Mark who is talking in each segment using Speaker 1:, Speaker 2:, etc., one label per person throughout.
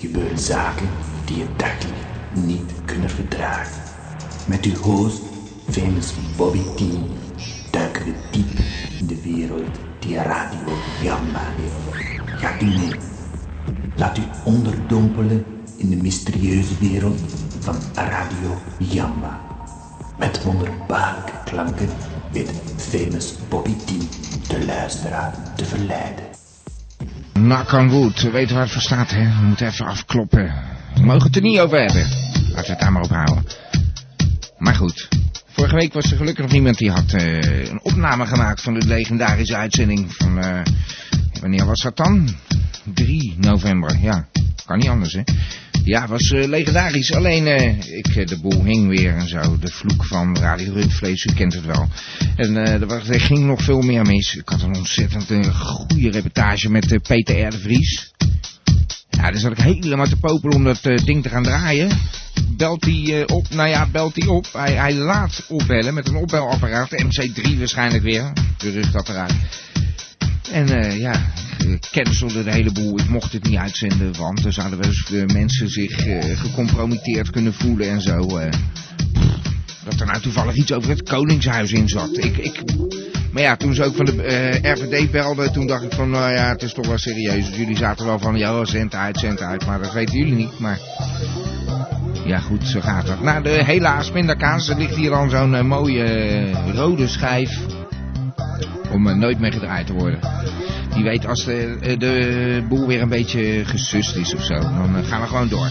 Speaker 1: gebeuren zaken die je dagelijks niet kunnen verdragen. Met uw host, famous Bobby T, duiken we diep in de wereld die Radio Gamma heeft. Gaat u mee? Laat u onderdompelen in de mysterieuze wereld van Radio Jamba. Met wonderbaarlijke klanken weet famous Bobby T de luisteraar te verleiden.
Speaker 2: Knock on wood. We weten waar het voor staat, hè. We moeten even afkloppen. We mogen het er niet over hebben. Laten we het daar maar op houden. Maar goed. Vorige week was er gelukkig nog niemand die had eh, een opname gemaakt van de legendarische uitzending van... eh, wanneer was dat dan? 3 november, ja. Kan niet anders, hè. Ja, het was eh, legendarisch. Alleen, eh, ik, eh, de boel hing weer en zo. De vloek van Radio Rundvlees, u kent het wel. En eh, er, was, er ging nog veel meer mis. Ik had een ontzettend eh, goede reportage met eh, Peter R. de Vries. Ja, daar zat ik helemaal te popelen om dat eh, ding te gaan draaien. Belt hij eh, op? Nou ja, belt hij op. Hij, hij laat opbellen met een opbelapparaat. MC3 waarschijnlijk weer. Geruchtapparaat. En eh, ja, ik cancelde de hele boel. Ik mocht het niet uitzenden, want dan zouden wel eens eh, mensen zich eh, gecompromitteerd kunnen voelen en zo. eh. dat er nou toevallig iets over het Koningshuis in zat. Ik, ik... Maar ja, toen ze ook van de eh, RVD belden, toen dacht ik van, nou ja, het is toch wel serieus. Dus Jullie zaten wel van, ja, zend uit, zend uit, maar dat weten jullie niet. Maar ja, goed, zo gaat dat. Nou, de, helaas, minder kaas. Er ligt hier al zo'n eh, mooie eh, rode schijf om eh, nooit meer gedraaid te worden. Die weet als de, eh, de boel weer een beetje gesust is of zo, dan eh, gaan we gewoon door.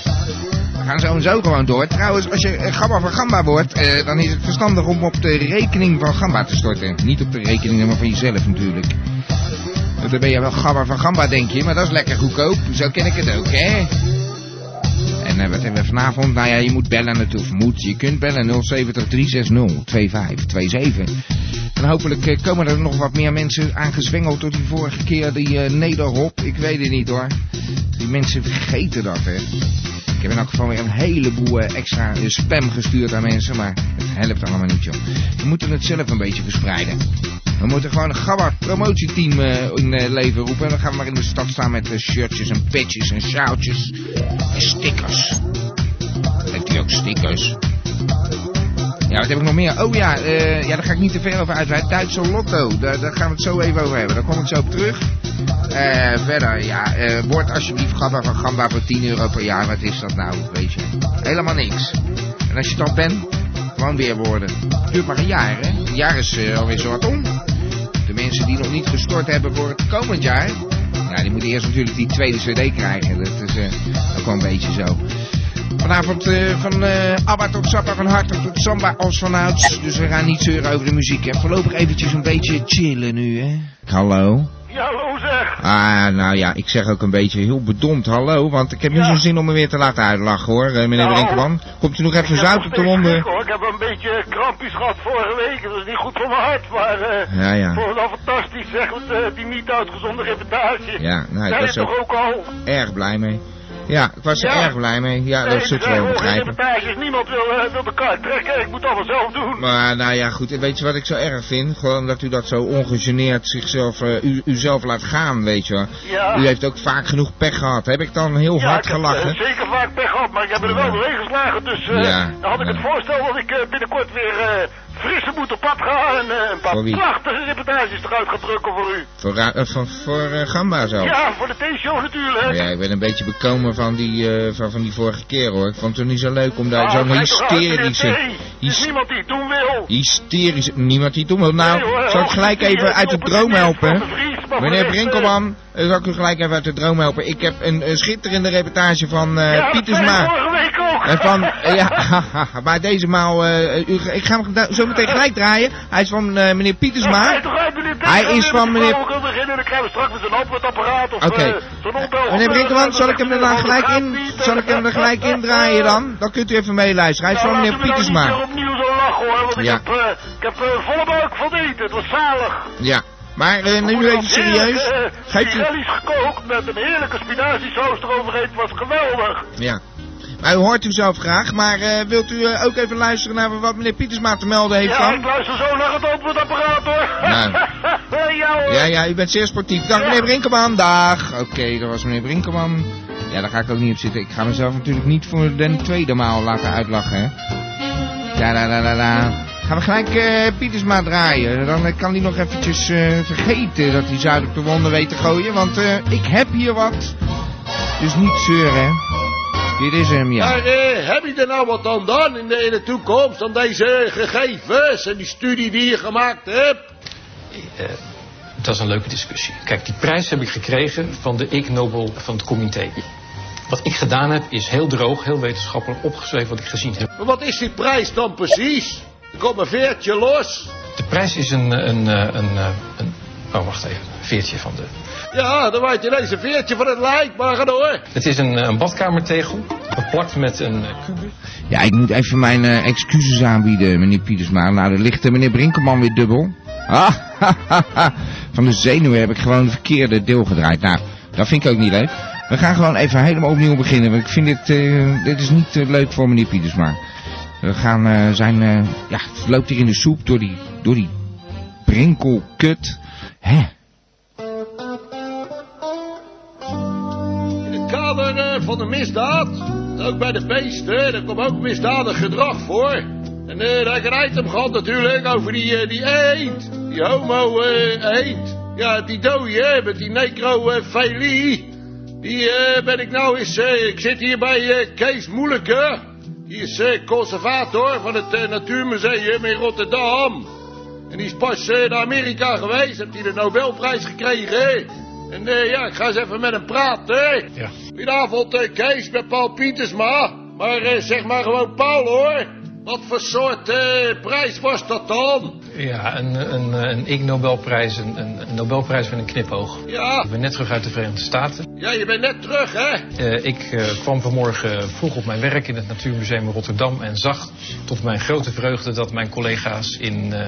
Speaker 2: We gaan zo en zo gewoon door. Trouwens, als je eh, Gamba van Gamba wordt, eh, dan is het verstandig om op de rekening van Gamba te storten. Niet op de rekening maar van jezelf natuurlijk. Want Dan ben je wel Gamba van Gamba, denk je, maar dat is lekker goedkoop. Zo ken ik het ook, hè? En eh, wat hebben we vanavond? Nou ja, je moet bellen natuurlijk. Moet, je kunt bellen 070 360 2527. En hopelijk eh, komen er nog wat meer mensen aangezwengeld tot die vorige keer, die eh nederhop. Ik weet het niet hoor. Die mensen vergeten dat, hè. Ik heb in elk geval weer een heleboel eh, extra eh, spam gestuurd aan mensen, maar het helpt allemaal niet, joh. We moeten het zelf een beetje verspreiden. We moeten gewoon een gabba promotieteam eh, in eh, leven roepen. En dan gaan we maar in de stad staan met eh, shirtjes en patches en sjaaltjes en stickers. Heeft u ook stickers? Ja, wat heb ik nog meer? Oh ja, eh, ja daar ga ik niet te veel over uitweiden. Duitse Lotto, daar, daar gaan we het zo even over hebben. Daar kom ik zo op terug. Eh, verder, ja, eh, word alsjeblieft gamba van gamba voor 10 euro per jaar. Wat is dat nou, weet je? Helemaal niks. En als je het al bent, gewoon weer worden. Het duurt maar een jaar, hè? Een jaar is eh, alweer zo wat om. De mensen die nog niet gestort hebben voor het komend jaar... Nou, die moeten eerst natuurlijk die tweede cd krijgen. Dat is eh, ook wel een beetje zo. Vanavond eh, van eh, Abba tot Sappa, van Hartog tot Samba als vanouds. Dus we gaan niet zeuren over de muziek. En voorlopig eventjes een beetje chillen nu, hè? Hallo?
Speaker 3: Ja, hallo zeg.
Speaker 2: Ah, nou ja, ik zeg ook een beetje heel bedompt hallo, want ik heb niet
Speaker 3: Ja.
Speaker 2: zo'n zin om me weer te laten uitlachen hoor, eh, meneer
Speaker 3: Nou.
Speaker 2: Brinkman. Komt u nog even
Speaker 3: Ik heb nog
Speaker 2: zout op de
Speaker 3: steeds schrik,
Speaker 2: ronde?
Speaker 3: hoor. Ik heb een beetje krampjes gehad vorige week. Dat is niet goed voor mijn hart, maar eh
Speaker 2: Ja, ja.
Speaker 3: voor wel fantastisch zeg. want, eh, die niet uitgezonde reportage.
Speaker 2: Ja, nou, ik
Speaker 3: Zij
Speaker 2: was
Speaker 3: is toch
Speaker 2: er
Speaker 3: ook al.
Speaker 2: erg blij mee. Ja, ik was er
Speaker 3: Ja.
Speaker 2: erg blij mee. Ja,
Speaker 3: Nee,
Speaker 2: dat
Speaker 3: er
Speaker 2: zult u
Speaker 3: zijn
Speaker 2: wel
Speaker 3: hoge
Speaker 2: begrijpen.
Speaker 3: reportages. Niemand wil, eh, wil de kaart trekken. Ik moet dat wel zelf doen.
Speaker 2: Maar nou ja, goed, weet je wat ik zo erg vind? Gewoon dat u dat zo ongegeneerd zichzelf, eh, u, uzelf laat gaan, weet je wel.
Speaker 3: Ja.
Speaker 2: U heeft ook vaak genoeg pech gehad. Heb ik dan heel
Speaker 3: ja, ik
Speaker 2: hard
Speaker 3: heb,
Speaker 2: gelachen?
Speaker 3: eh, zeker vaak pech gehad, maar ik heb er wel
Speaker 2: Ja.
Speaker 3: doorheen geslagen. Dus eh,
Speaker 2: Ja,
Speaker 3: dan had ik
Speaker 2: ja.
Speaker 3: het voorstel dat ik eh, binnenkort weer eh frisse moet op pad gaan. En eh, een paar
Speaker 2: Voor wie?
Speaker 3: prachtige reportages eruit gaan drukken voor u.
Speaker 2: Voor, ra- eh, van, voor eh, Gamba zelf.
Speaker 3: Ja, voor de T-show natuurlijk.
Speaker 2: Ja, ik ben een beetje bekomen van die, eh, van, van die vorige keer hoor. Ik vond het niet zo leuk om daar
Speaker 3: Ah,
Speaker 2: zo'n
Speaker 3: kijk toch uit, meneer T.
Speaker 2: hysterische...
Speaker 3: Er is
Speaker 2: hys-
Speaker 3: niemand die het doen wil.
Speaker 2: hysterische... Niemand die toen wil. Nou,
Speaker 3: Nee, hoor,
Speaker 2: zal ik
Speaker 3: hoogte
Speaker 2: gelijk
Speaker 3: die,
Speaker 2: even
Speaker 3: eh,
Speaker 2: uit de
Speaker 3: op
Speaker 2: droom
Speaker 3: net
Speaker 2: helpen?
Speaker 3: van de Vries, maar
Speaker 2: Meneer
Speaker 3: voor de rest,
Speaker 2: Brinkelman, eh, zal ik u gelijk even uit de droom helpen? Ik heb een, eh, schitterende reportage van eh
Speaker 3: eh, ja,
Speaker 2: Pietersma.
Speaker 3: dat zei ik vorige week ook.
Speaker 2: En van, eh, ja, maar deze maal, eh, u- ik ga hem da- zo meteen gelijk draaien. Hij is van eh, meneer
Speaker 3: Dat zei
Speaker 2: Pietersma.
Speaker 3: toch uit, meneer T.
Speaker 2: Hij
Speaker 3: Dan
Speaker 2: is
Speaker 3: wil
Speaker 2: van
Speaker 3: ik
Speaker 2: meneer-
Speaker 3: gewoon gaan beginnen, dan krijgen we straks weer zo'n antwoordapparaat of
Speaker 2: Oké.
Speaker 3: eh, zo'n opbel.
Speaker 2: Meneer Brinkelman, zal ik hem er dan gelijk in, zal ik hem er gelijk in draaien dan? Dan kunt u even meeluisteren. Hij is
Speaker 3: Nou,
Speaker 2: van
Speaker 3: laten
Speaker 2: meneer
Speaker 3: we nou niet weer
Speaker 2: Pietersma.
Speaker 3: opnieuw zo lachen hoor, want
Speaker 2: Ja.
Speaker 3: ik heb, eh, ik heb eh, volle buik van eten. Het was zalig.
Speaker 2: Ja, maar eh,
Speaker 3: Goed,
Speaker 2: nu even
Speaker 3: want heerlijke,
Speaker 2: serieus.
Speaker 3: eh,
Speaker 2: Geeft u,
Speaker 3: Pirelli's gekookt met een heerlijke spinaziesaus eroverheen. Het was geweldig.
Speaker 2: ja. Maar u hoort u zelf graag, maar eh, wilt u eh, ook even luisteren naar wat meneer Pietersma te melden
Speaker 3: Ja,
Speaker 2: heeft
Speaker 3: ik
Speaker 2: van?
Speaker 3: luister zo naar het antwoordapparaat hoor.
Speaker 2: Nou.
Speaker 3: ja hoor.
Speaker 2: Ja, ja, u bent zeer sportief. Dag meneer Brinkelman, dag. Oké, dat was meneer Brinkelman. Ja, daar ga ik ook niet op zitten. Ik ga mezelf natuurlijk niet voor de tweede maal laten uitlachen, hè. Da da da da da. Gaan we gelijk eh, Pietersma draaien. Dan eh, kan hij nog eventjes eh, vergeten dat hij Zuid op de wonden weet te gooien. Want eh, ik heb hier wat. Dus niet zeuren, hè. Dit is hem, ja.
Speaker 3: Maar eh, heb je er nou wat aan dan in de, in de toekomst? Aan deze eh, gegevens en die studie die je gemaakt hebt?
Speaker 4: Eh, Dat is een leuke discussie. Kijk, die prijs heb ik gekregen van de Ig Nobel van het comité. Wat ik gedaan heb is heel droog, heel wetenschappelijk opgeschreven wat ik gezien heb.
Speaker 3: Maar wat is die prijs dan precies? Er komt een veertje los.
Speaker 4: De prijs is een... een, eh, een, eh, een oh, wacht even. Een veertje van de...
Speaker 3: Ja, dan waait ineens een veertje van het lijk. Maar ga door.
Speaker 4: Het is een, eh, een badkamertegel, beplakt met een eh, kubus.
Speaker 2: Ja, ik moet even mijn eh, excuses aanbieden, meneer Pietersma. Nou, daar ligt eh, meneer Brinkelman weer dubbel. Ah, van de zenuwen heb ik gewoon het verkeerde deel gedraaid. Nou, dat vind ik ook niet leuk. We gaan gewoon even helemaal opnieuw beginnen, want ik vind dit, eh, dit is niet eh, leuk voor meneer Pietersma. We gaan eh, zijn, eh, ja, het loopt hier in de soep door die, door die brinkelkut. Hè?
Speaker 3: In het kader eh, van de misdaad. Ook bij de beesten. Daar komt ook misdadig gedrag voor. En eh, daar heb ik een item gehad natuurlijk over die, eh, die eend. Die homo eh, eend. Ja, die dode hè, met die necrofilie. die eh, ben ik nou eens... eh, ik zit hier bij eh, Kees Moeleke. Die is eh, conservator van het eh, Natuurmuseum in Rotterdam. En die is pas eh, naar Amerika geweest. Heeft hij de Nobelprijs gekregen. En eh, ja, ik ga eens even met hem praten.
Speaker 4: Ja.
Speaker 3: Goedenavond, eh, Kees, met Paul Pietersma. Maar eh, zeg maar gewoon Paul, hoor. Wat voor soort eh, prijs was dat dan?
Speaker 4: Ja, een, eh, een, een Ig Nobelprijs, een, een, een Nobelprijs met een knipoog.
Speaker 3: Ja,
Speaker 4: Ik ben net terug uit de Verenigde Staten.
Speaker 3: ja, je bent net terug, hè?
Speaker 4: Eh, ik eh, kwam vanmorgen vroeg op mijn werk in het Natuurmuseum in Rotterdam en zag tot mijn grote vreugde dat mijn collega's in eh,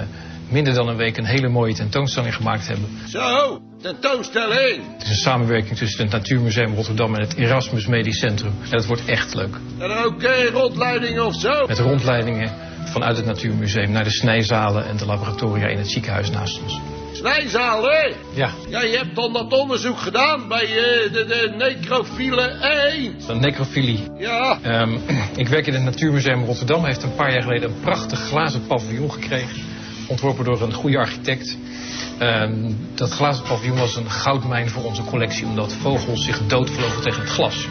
Speaker 4: minder dan een week een hele mooie tentoonstelling gemaakt hebben.
Speaker 3: Zo, tentoonstelling.
Speaker 4: Het is een samenwerking tussen het Natuurmuseum Rotterdam en het Erasmus Medisch Centrum. En dat wordt echt leuk.
Speaker 3: En ook eh, rondleidingen of zo.
Speaker 4: Met rondleidingen vanuit het Natuurmuseum naar de snijzalen en de laboratoria in het ziekenhuis naast ons.
Speaker 3: Snijzaal, hè?
Speaker 4: Ja,
Speaker 3: Ja, je hebt dan dat onderzoek gedaan bij eh, de, de necrofiele eend.
Speaker 4: de necrofilie.
Speaker 3: Ja,
Speaker 4: Ehm, ik werk in het Natuurmuseum Rotterdam. Heeft een paar jaar geleden een prachtig glazen paviljoen gekregen. Ontworpen door een goede architect. Ehm, dat glazen paviljoen was een goudmijn voor onze collectie. Omdat vogels zich doodvlogen tegen het glas.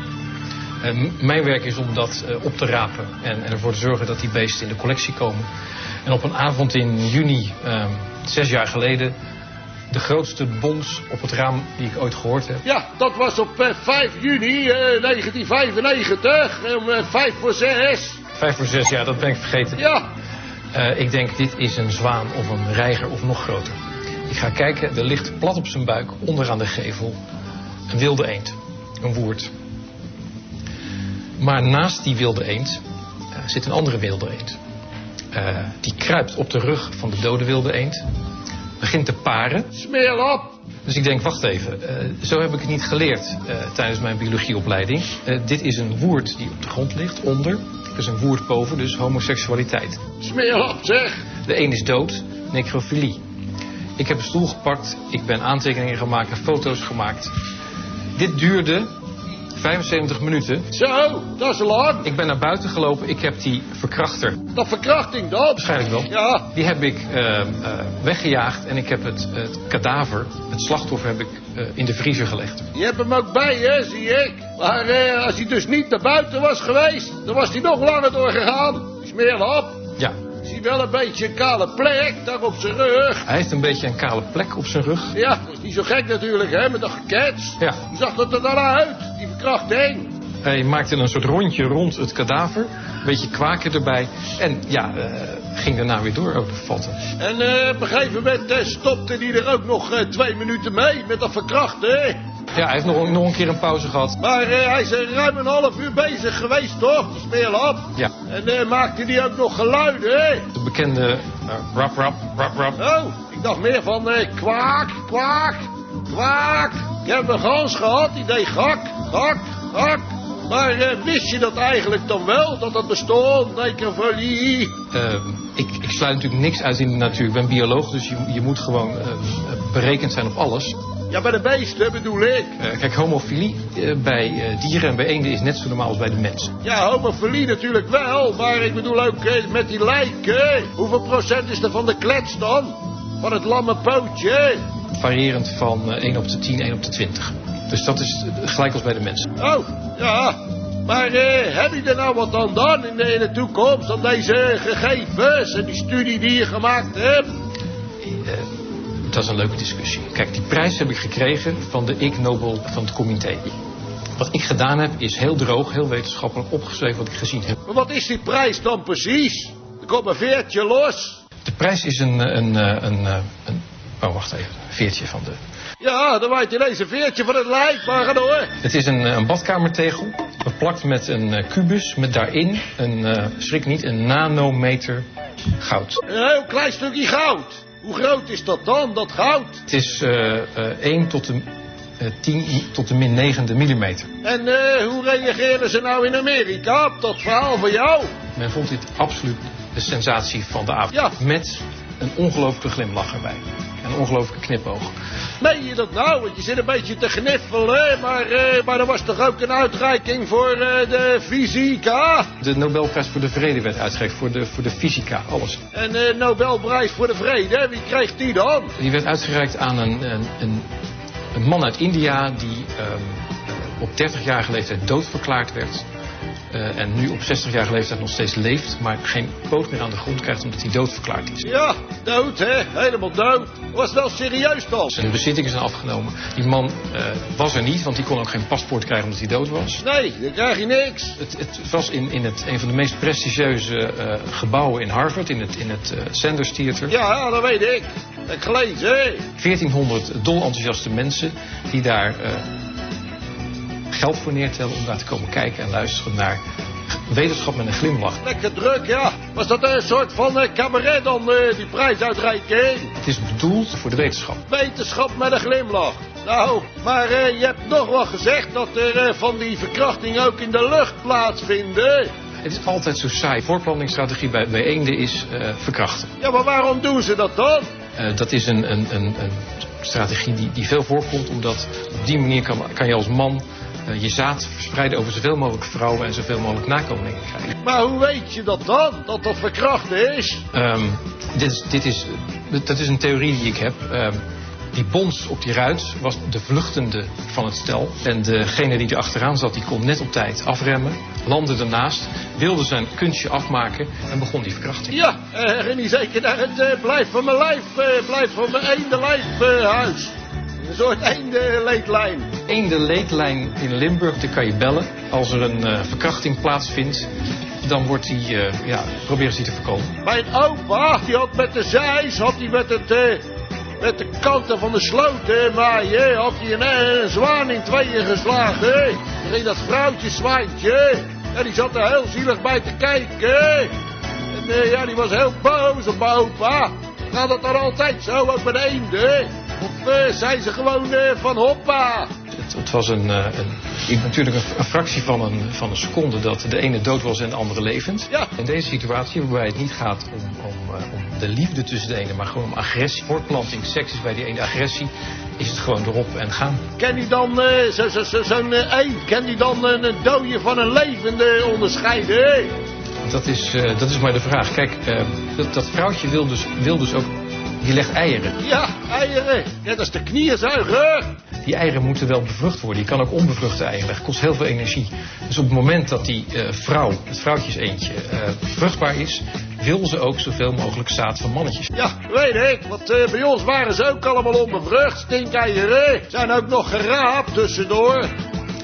Speaker 4: En mijn werk is om dat eh, op te rapen en, en ervoor te zorgen dat die beesten in de collectie komen. En op een avond in juni, ehm, zes jaar geleden, de grootste bons op het raam die ik ooit gehoord heb.
Speaker 3: ja dat was op eh, 5 juni eh, 1995. Om eh, 5 voor 6.
Speaker 4: Vijf voor zes jaar, dat ben ik vergeten.
Speaker 3: Ja,
Speaker 4: Eh, ik denk, dit is een zwaan of een reiger of nog groter. Ik ga kijken, er ligt plat op zijn buik, onderaan de gevel, een wilde eend. Een woerd. Maar naast die wilde eend eh, zit een andere wilde eend. Eh, die kruipt op de rug van de dode wilde eend. Begint te paren.
Speaker 3: smeer op.
Speaker 4: Dus ik denk, wacht even, eh, zo heb ik het niet geleerd eh, tijdens mijn biologieopleiding. Eh, dit is een woerd die op de grond ligt, onder. Er is een woerd boven, dus homoseksualiteit.
Speaker 3: Smeer op, zeg.
Speaker 4: De een is dood, necrofilie. Ik heb een stoel gepakt, ik ben aantekeningen gemaakt en foto's gemaakt. Dit duurde 75 minuten.
Speaker 3: Zo, dat is lang.
Speaker 4: Ik ben naar buiten gelopen, ik heb die verkrachter,
Speaker 3: Dat verkrachting dan.
Speaker 4: waarschijnlijk wel,
Speaker 3: Ja,
Speaker 4: die heb ik eh, eh, weggejaagd en ik heb het, het kadaver, het slachtoffer, heb ik eh, in de vriezer gelegd.
Speaker 3: je hebt hem ook bij hè, zie ik. Maar eh, als hij dus niet naar buiten was geweest, dan was hij nog langer doorgegaan. Smeer op.
Speaker 4: Ja,
Speaker 3: Ik zie wel een beetje een kale plek daar op zijn rug.
Speaker 4: hij heeft een beetje een kale plek op zijn rug.
Speaker 3: Ja, dat is niet zo gek natuurlijk, hè, met dat gekets.
Speaker 4: Ja.
Speaker 3: Hoe zag dat er dan uit, die verkrachting?
Speaker 4: Hij maakte een soort rondje rond het kadaver, een beetje kwaken erbij en ja, eh, ging daarna weer door over de vatten.
Speaker 3: En eh, op een gegeven moment eh, stopte hij er ook nog eh, twee minuten mee met dat verkrachten, hè.
Speaker 4: Ja, hij heeft nog, nog een keer een pauze gehad.
Speaker 3: Maar eh, hij is eh, ruim een half uur bezig geweest, toch? De smeerlap.
Speaker 4: Ja.
Speaker 3: En eh, maakte die ook nog geluiden, hè?
Speaker 4: De bekende eh, rap, rap, rap, rap.
Speaker 3: Oh, ik dacht meer van eh, kwaak, kwaak, kwaak. Ik heb een gans gehad, die deed gak, gak, gak. Maar eh, wist je dat eigenlijk dan wel, dat dat bestond, necrofilie?
Speaker 4: Eh, ik, ik sluit natuurlijk niks uit in de natuur. Ik ben bioloog, dus je, je moet gewoon eh, berekend zijn op alles.
Speaker 3: Ja, bij de beesten bedoel ik.
Speaker 4: Eh, kijk, homofilie eh, bij eh, dieren en bij eenden is net zo normaal als bij de mensen.
Speaker 3: Ja, homofilie natuurlijk wel, maar ik bedoel ook eh, met die lijken. Hoeveel procent is er van de klets dan? Van het lamme pootje?
Speaker 4: Variërend van eh, 1 op de 10, 1 op de 20. Dus dat is eh, gelijk als bij de mensen.
Speaker 3: Oh, ja. Maar eh, heb je er nou wat aan dan in de, in de toekomst aan deze eh, gegevens en die studie die je gemaakt hebt?
Speaker 4: Eh, dat is een leuke discussie. Kijk, die prijs heb ik gekregen van de Ig Nobel van het comité. Wat ik gedaan heb is heel droog, heel wetenschappelijk opgeschreven wat ik gezien heb.
Speaker 3: Maar wat is die prijs dan precies? Er komt een veertje los.
Speaker 4: De prijs is een... een, eh, een, eh, een oh, wacht even. Een veertje van de...
Speaker 3: Ja, dan waait ineens een veertje van het lijk, maar ga door.
Speaker 4: Het is een, eh, een badkamertegel, beplakt met een eh, kubus, met daarin een, eh, schrik niet, een nanometer goud.
Speaker 3: Een heel klein stukje goud. Hoe groot is dat dan, dat goud?
Speaker 4: Het is eh, eh, 1 tot de eh, 10 tot de min 9 millimeter.
Speaker 3: En eh, hoe reageren ze nou in Amerika op dat verhaal van jou?
Speaker 4: Men vond dit absoluut de sensatie van de avond.
Speaker 3: Ja.
Speaker 4: Met een ongelooflijke glimlach erbij. En Een ongelooflijke knipoog.
Speaker 3: Meen je dat nou? Want je zit een beetje te gniffelen, maar, eh, maar er was toch ook een uitreiking voor eh, de fysica?
Speaker 4: De Nobelprijs voor de Vrede werd uitgereikt, voor de, voor de fysica, alles.
Speaker 3: En de Nobelprijs voor de Vrede, wie kreeg die dan?
Speaker 4: Die werd uitgereikt aan een, een, een, een man uit India die ehm, op 30-jarige leeftijd doodverklaard werd. eh, en nu op 60-jarige leeftijd nog steeds leeft, maar geen poot meer aan de grond krijgt omdat hij doodverklaard is.
Speaker 3: Ja, dood hè, helemaal dood. Was wel serieus dan?
Speaker 4: Zijn bezittingen zijn afgenomen. Die man eh, was er niet, want die kon ook geen paspoort krijgen omdat hij dood was.
Speaker 3: Nee, dan krijg je niks.
Speaker 4: Het, het was in, in het, een van de meest prestigieuze eh, gebouwen in Harvard, in het, in het eh, Sanders Theater.
Speaker 3: Ja, dat weet ik. Heb Ik gelezen hè.
Speaker 4: 1400 dolenthousiaste mensen die daar eh, geld voor neertellen om daar te komen kijken en luisteren naar wetenschap met een glimlach.
Speaker 3: Lekker druk, ja. Was dat een soort van eh, cabaret dan, eh, die prijsuitreiking?
Speaker 4: Het is bedoeld voor de wetenschap.
Speaker 3: Wetenschap met een glimlach. Nou, maar eh, je hebt nog wel gezegd dat er eh, van die verkrachtingen ook in de lucht plaatsvinden.
Speaker 4: Het is altijd zo saai. Voorplanningsstrategie bij, bij eenden is eh, verkrachten.
Speaker 3: Ja, maar waarom doen ze dat dan?
Speaker 4: Eh, dat is een, een, een, een strategie die, die veel voorkomt, omdat op die manier kan, kan je als man eh, je zaad verspreiden over zoveel mogelijk vrouwen en zoveel mogelijk nakomelingen krijgen.
Speaker 3: Maar hoe weet je dat dan, dat dat verkrachten is?
Speaker 4: Ehm, dit, is- dit is, dit- dat is een theorie die ik heb. Ehm, die bons op die ruit was de vluchtende van het stel. En degene die er achteraan zat, die kon net op tijd afremmen. Landde ernaast, wilde zijn kunstje afmaken en begon die verkrachting.
Speaker 3: Ja, eh, en niet zeker naar het eh, blijf van mijn lijf, eh, blijf van mijn eende lijfhuis. een soort eende leedlijn.
Speaker 4: Eén de leedlijn in Limburg, daar kan je bellen. Als er een eh, verkrachting plaatsvindt, dan wordt die, eh, ja, proberen ze die te voorkomen.
Speaker 3: Mijn opa, die had met de zeis, had hij met het... eh, met de kanten van de sloot, hè, maaien, had hij een, eh, een zwaan in tweeën geslagen, hè. Dan ging dat vrouwtje zwijntje, hè. en die zat er heel zielig bij te kijken, hè. En eh, ja, die was heel boos op mijn opa. Gaat dat dan altijd zo, ook met eenden, hè? Of eh, zijn ze gewoon eh, van hoppa?
Speaker 4: Het, het was een, eh, een, natuurlijk een, een fractie van een, van een seconde dat de ene dood was en de andere levend.
Speaker 3: Ja.
Speaker 4: In deze situatie, waarbij het niet gaat om, om, eh, om de liefde tussen de ene, maar gewoon om agressie, voortplanting, seks is bij die ene agressie, is het gewoon erop en gaan.
Speaker 3: Ken u dan eh, zo- zo- zo- zo'n eh, eend, kan die dan een een dode van een levende onderscheiden? eh. hè?
Speaker 4: Dat is, eh, dat is maar de vraag. Kijk, eh, dat, dat vrouwtje wil dus, wil dus ook, die legt eieren.
Speaker 3: Ja, eieren, net als de knieënzuiger.
Speaker 4: Die eieren moeten wel bevrucht worden. Je kan ook onbevruchte eieren leggen. Kost heel veel energie. Dus op het moment dat die eh, vrouw, het vrouwtjeseentje, eh vruchtbaar is, wil ze ook zoveel mogelijk zaad van mannetjes.
Speaker 3: Ja, weet ik, want eh, bij ons waren ze ook allemaal onbevrucht, stinkeieren. Zijn ook nog geraapt tussendoor.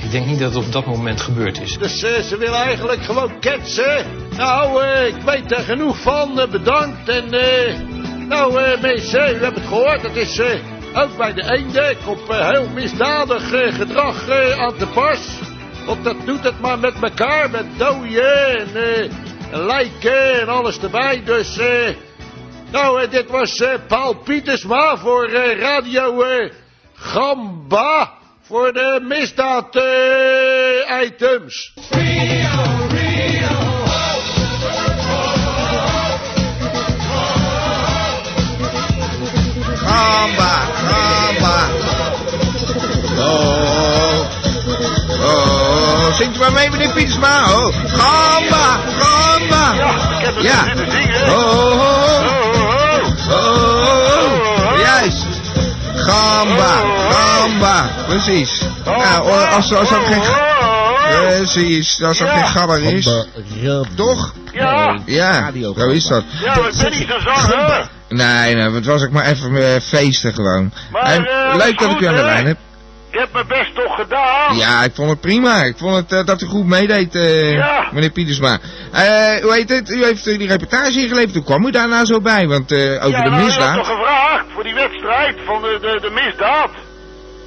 Speaker 4: Ik denk niet dat het op dat moment gebeurd is.
Speaker 3: Dus eh, ze willen eigenlijk gewoon ketsen. Nou, eh, ik weet er genoeg van, eh, bedankt. En eh, nou eh, mensen, u hebt het gehoord, het is eh, ook bij de eenden op eh, heel misdadig eh, gedrag eh, aan de pas. Want dat doet het maar met elkaar, met dooien en, eh, en lijken en alles erbij. Dus eh, nou, eh, dit was eh, Paul Pietersma voor eh, Radio eh, Gamba voor de eh, misdaad-items.
Speaker 2: Gamba, gamba. maar mee, meneer Pietersma. Oh, gamba, gamba.
Speaker 5: Ja, ik heb het
Speaker 2: Ja.
Speaker 5: zitten zingen.
Speaker 2: Ho, ho, ho.
Speaker 5: Oh, oh, oh.
Speaker 2: Oh, oh, oh. Juist. Gamba, gamba. Precies. Nou, o- als, als dat geen... g- Precies, als dat
Speaker 5: Ja.
Speaker 2: geen gabber is. Toch?
Speaker 5: Ja,
Speaker 2: Ja, zo is dat.
Speaker 5: ja, ik ben niet zo'n zanger.
Speaker 2: Nee, nee, wat was ik maar even eh, feesten gewoon.
Speaker 5: Maar,
Speaker 2: En
Speaker 5: eh,
Speaker 2: leuk dat
Speaker 5: goed,
Speaker 2: ik u aan de
Speaker 5: hè?
Speaker 2: lijn heb.
Speaker 5: Ik heb mijn best toch gedaan.
Speaker 2: Ja, ik vond het prima. Ik vond het eh, dat u goed meedeed, eh,
Speaker 5: Ja.
Speaker 2: meneer Pietersma. Eh, hoe heet het? U heeft eh, die reportage ingeleverd. Hoe kwam u daarna zo bij? Want eh, over
Speaker 5: ja,
Speaker 2: de
Speaker 5: nou, u had
Speaker 2: misdaad...
Speaker 5: toch gevraagd voor die wedstrijd van de, de, de misdaad.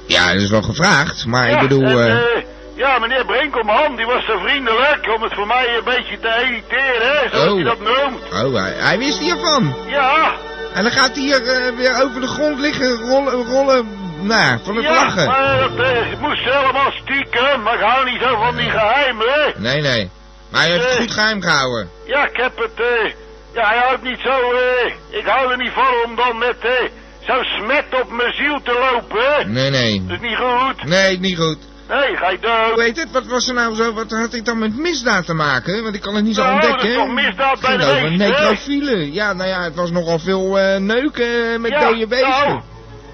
Speaker 2: Ja, dat is wel gevraagd. Maar ik
Speaker 5: Ja,
Speaker 2: bedoel...
Speaker 5: en,
Speaker 2: eh,
Speaker 5: eh, ja, meneer Brinkelman, die was zo vriendelijk om het voor mij een beetje te editeren, hè, zoals
Speaker 2: Oh.
Speaker 5: hij dat noemt.
Speaker 2: Oh, hij, hij wist hiervan.
Speaker 5: eh, Ja,
Speaker 2: En dan gaat hij hier eh, weer over de grond liggen rollen, rollen nou, van het
Speaker 5: ja
Speaker 2: lachen.
Speaker 5: maar dat eh, moest helemaal stiekem, maar ik hou niet zo van die geheimen, hè.
Speaker 2: Nee, nee. Maar hij heeft het
Speaker 5: Eh.
Speaker 2: goed geheim gehouden.
Speaker 5: Ja, ik heb het, eh, ja, hij houdt niet zo, eh, ik hou er niet van om dan met, eh, zo'n smet op mijn ziel te lopen, hè.
Speaker 2: Nee, nee.
Speaker 5: Dat is niet goed.
Speaker 2: Nee, niet goed.
Speaker 5: Nee, ga je dood.
Speaker 2: Hoe heet het? Wat was er nou zo? Wat had dit dan met misdaad te maken? Want ik kan het niet zo
Speaker 5: Nou,
Speaker 2: ontdekken.
Speaker 5: dat is toch misdaad
Speaker 2: Het
Speaker 5: bij
Speaker 2: ging
Speaker 5: de
Speaker 2: over
Speaker 5: beesten, hè?
Speaker 2: necrofielen. Ja, nou ja, het was nogal veel eh, neuken met
Speaker 5: ja,
Speaker 2: dode beesten.
Speaker 5: nou,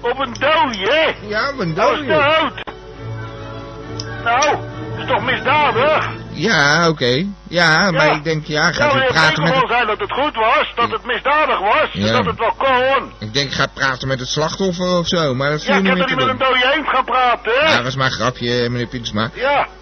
Speaker 5: op een doodje, hè.
Speaker 2: Ja, mijn
Speaker 5: Dat is
Speaker 2: dode.
Speaker 5: dood. Nou, dat is toch misdadig?
Speaker 2: Ja, oké. Ja, maar ik denk, ja,
Speaker 5: Ja, Nou,
Speaker 2: gaat u
Speaker 5: meneer
Speaker 2: praten met
Speaker 5: Brekelman
Speaker 2: het...
Speaker 5: zei dat het goed was, dat het misdadig was, en
Speaker 2: Ja.
Speaker 5: dat het wel kon.
Speaker 2: Ik denk, ga praten met het slachtoffer of zo, maar dat viel
Speaker 5: Ja, ik
Speaker 2: niet
Speaker 5: heb
Speaker 2: meer
Speaker 5: er niet
Speaker 2: te
Speaker 5: met een
Speaker 2: doen.
Speaker 5: dode heen gaan praten, hè?
Speaker 2: Ja, dat
Speaker 5: Ja,
Speaker 2: was maar een grapje, eh, meneer Pietersma.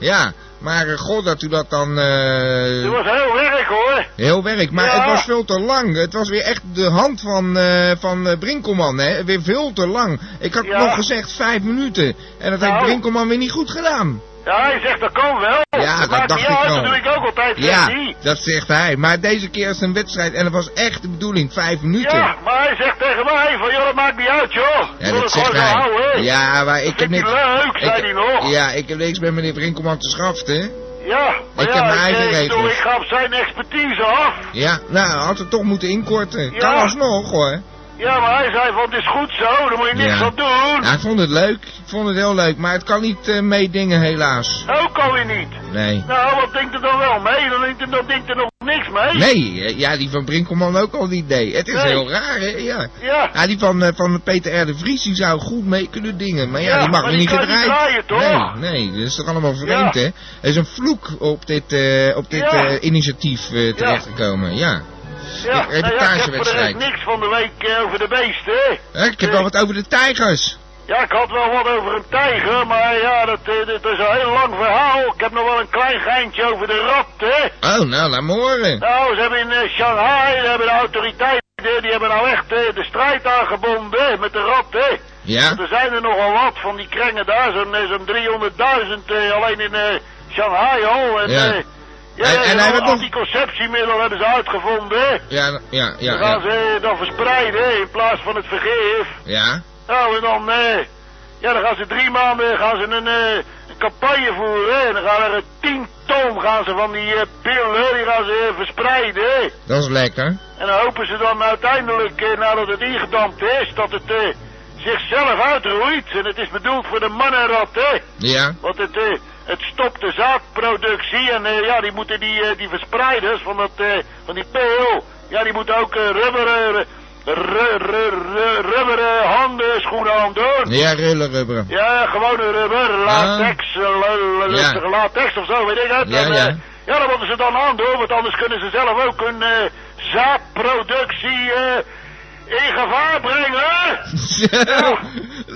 Speaker 2: Ja, maar eh, god dat u dat dan... eh,
Speaker 5: dat was heel werk, hoor.
Speaker 2: heel werk. Maar
Speaker 5: Ja.
Speaker 2: het was veel te lang. Het was weer echt de hand van, eh, van eh, Brinkelman, hè. Weer veel te lang. Ik had
Speaker 5: Ja.
Speaker 2: nog gezegd vijf minuten. En dat heeft
Speaker 5: Nou.
Speaker 2: Brinkelman weer niet goed gedaan.
Speaker 5: Ja, hij zegt dat kan wel.
Speaker 2: Ja, dat
Speaker 5: maakt
Speaker 2: dacht
Speaker 5: niet
Speaker 2: ik
Speaker 5: uit,
Speaker 2: wel.
Speaker 5: dat doe ik ook altijd,
Speaker 2: Ja,
Speaker 5: zegt hij.
Speaker 2: dat zegt hij. Maar deze keer is het een wedstrijd en dat was echt de bedoeling. Vijf minuten.
Speaker 5: Ja, maar hij zegt tegen mij van, joh, dat maakt niet uit, joh.
Speaker 2: Ja,
Speaker 5: Wil
Speaker 2: dat
Speaker 5: het
Speaker 2: zegt
Speaker 5: gewoon zo
Speaker 2: hij.
Speaker 5: houden, hè?
Speaker 2: Ja, maar ik heb
Speaker 5: vindt
Speaker 2: niks...
Speaker 5: hij leuk, zei
Speaker 2: ik-
Speaker 5: hij nog.
Speaker 2: Ja, ik heb niks met meneer Brinkelman te schaften.
Speaker 5: Ja, maar
Speaker 2: Ik
Speaker 5: ja,
Speaker 2: heb mijn eigen
Speaker 5: ik, eh, ik,
Speaker 2: regels.
Speaker 5: doe, ik ga op zijn expertise af.
Speaker 2: Ja, nou, had het toch moeten inkorten.
Speaker 5: Ja.
Speaker 2: Kan alsnog, hoor.
Speaker 5: Ja, maar hij zei van, het is goed zo, daar moet je niks
Speaker 2: Ja.
Speaker 5: aan doen.
Speaker 2: Ja, Nou, ik vond het leuk. Ik vond het heel leuk. Maar het kan niet eh, meedingen, helaas.
Speaker 5: Ook alweer niet.
Speaker 2: Nee.
Speaker 5: Nou, wat denkt er dan wel mee? Dan denkt er, dan denkt er nog niks mee.
Speaker 2: Nee, eh, ja, die van Brinkelman ook al niet. Nee, het is
Speaker 5: Nee.
Speaker 2: heel raar, hè? Ja.
Speaker 5: Ja.
Speaker 2: Ja, die van, eh, van Peter R. de Vries, die zou goed mee kunnen dingen. Maar ja,
Speaker 5: Ja,
Speaker 2: die mag
Speaker 5: maar
Speaker 2: weer
Speaker 5: die
Speaker 2: niet
Speaker 5: kan niet
Speaker 2: gedraaid.
Speaker 5: draaien, toch?
Speaker 2: Nee, nee, dat is toch allemaal vreemd,
Speaker 5: Ja.
Speaker 2: hè? Er is een vloek op dit, eh, op dit
Speaker 5: Ja.
Speaker 2: eh, initiatief eh, terechtgekomen, ja.
Speaker 5: Ja, nou ja, ik heb voor de
Speaker 2: reputatiewedstrijd.
Speaker 5: rest niks van de week eh, over de beesten.
Speaker 2: Hè, ik heb wel wat over de tijgers.
Speaker 5: Ja, ik had wel wat over een tijger, maar ja, dat, eh, dat is een heel lang verhaal. Ik heb nog wel een klein geintje over de rat, hè.
Speaker 2: Oh, nou, laat me horen.
Speaker 5: Nou, ze hebben in eh, Shanghai, daar hebben de autoriteiten, die hebben nou echt eh, de strijd aangebonden hè, met de rat, hè.
Speaker 2: Ja?
Speaker 5: Want er zijn er nogal wat van die krengen daar, zo'n eh, zo'n 300.000 eh, alleen in eh, Shanghai al. En,
Speaker 2: Ja.
Speaker 5: eh, ja,
Speaker 2: En- en hij werd nog-
Speaker 5: anticonceptiemiddel hebben ze uitgevonden. hè.
Speaker 2: Ja, ja,
Speaker 5: Dan
Speaker 2: ja,
Speaker 5: gaan
Speaker 2: ja.
Speaker 5: ze eh, dan verspreiden hè, in plaats van het vergif.
Speaker 2: Ja?
Speaker 5: Nou, en dan, eh, ja, dan gaan ze drie maanden gaan ze een, eh, een campagne voeren. hè. En dan gaan er eh, 10 ton gaan ze van die eh, pillen die gaan ze eh, verspreiden. hè.
Speaker 2: Dat is lekker.
Speaker 5: En dan hopen ze dan uiteindelijk, eh, nadat het ingedampt is, dat het eh, zichzelf uitroeit. En het is bedoeld voor de mannenrat, hè.
Speaker 2: Ja?
Speaker 5: Want het, eh, het stopt de zaadproductie en eh, ja, die moeten die, eh, die verspreiders van, dat, eh, van die PO, ja, die moeten ook eh, rubber, eh, ru- ru- ru- rubber eh, handen, schoenen aan doen.
Speaker 2: Ja, rullen rubberen. Ah.
Speaker 5: Ja, gewone rubber, latex, eh, lu- lu- lustige latex of zo, weet ik het.
Speaker 2: Ja,
Speaker 5: En, eh,
Speaker 2: ja.
Speaker 5: ja, dat moeten ze dan aan doen, want anders kunnen ze zelf ook hun eh, zaadproductie eh, in gevaar brengen.
Speaker 2: Zo.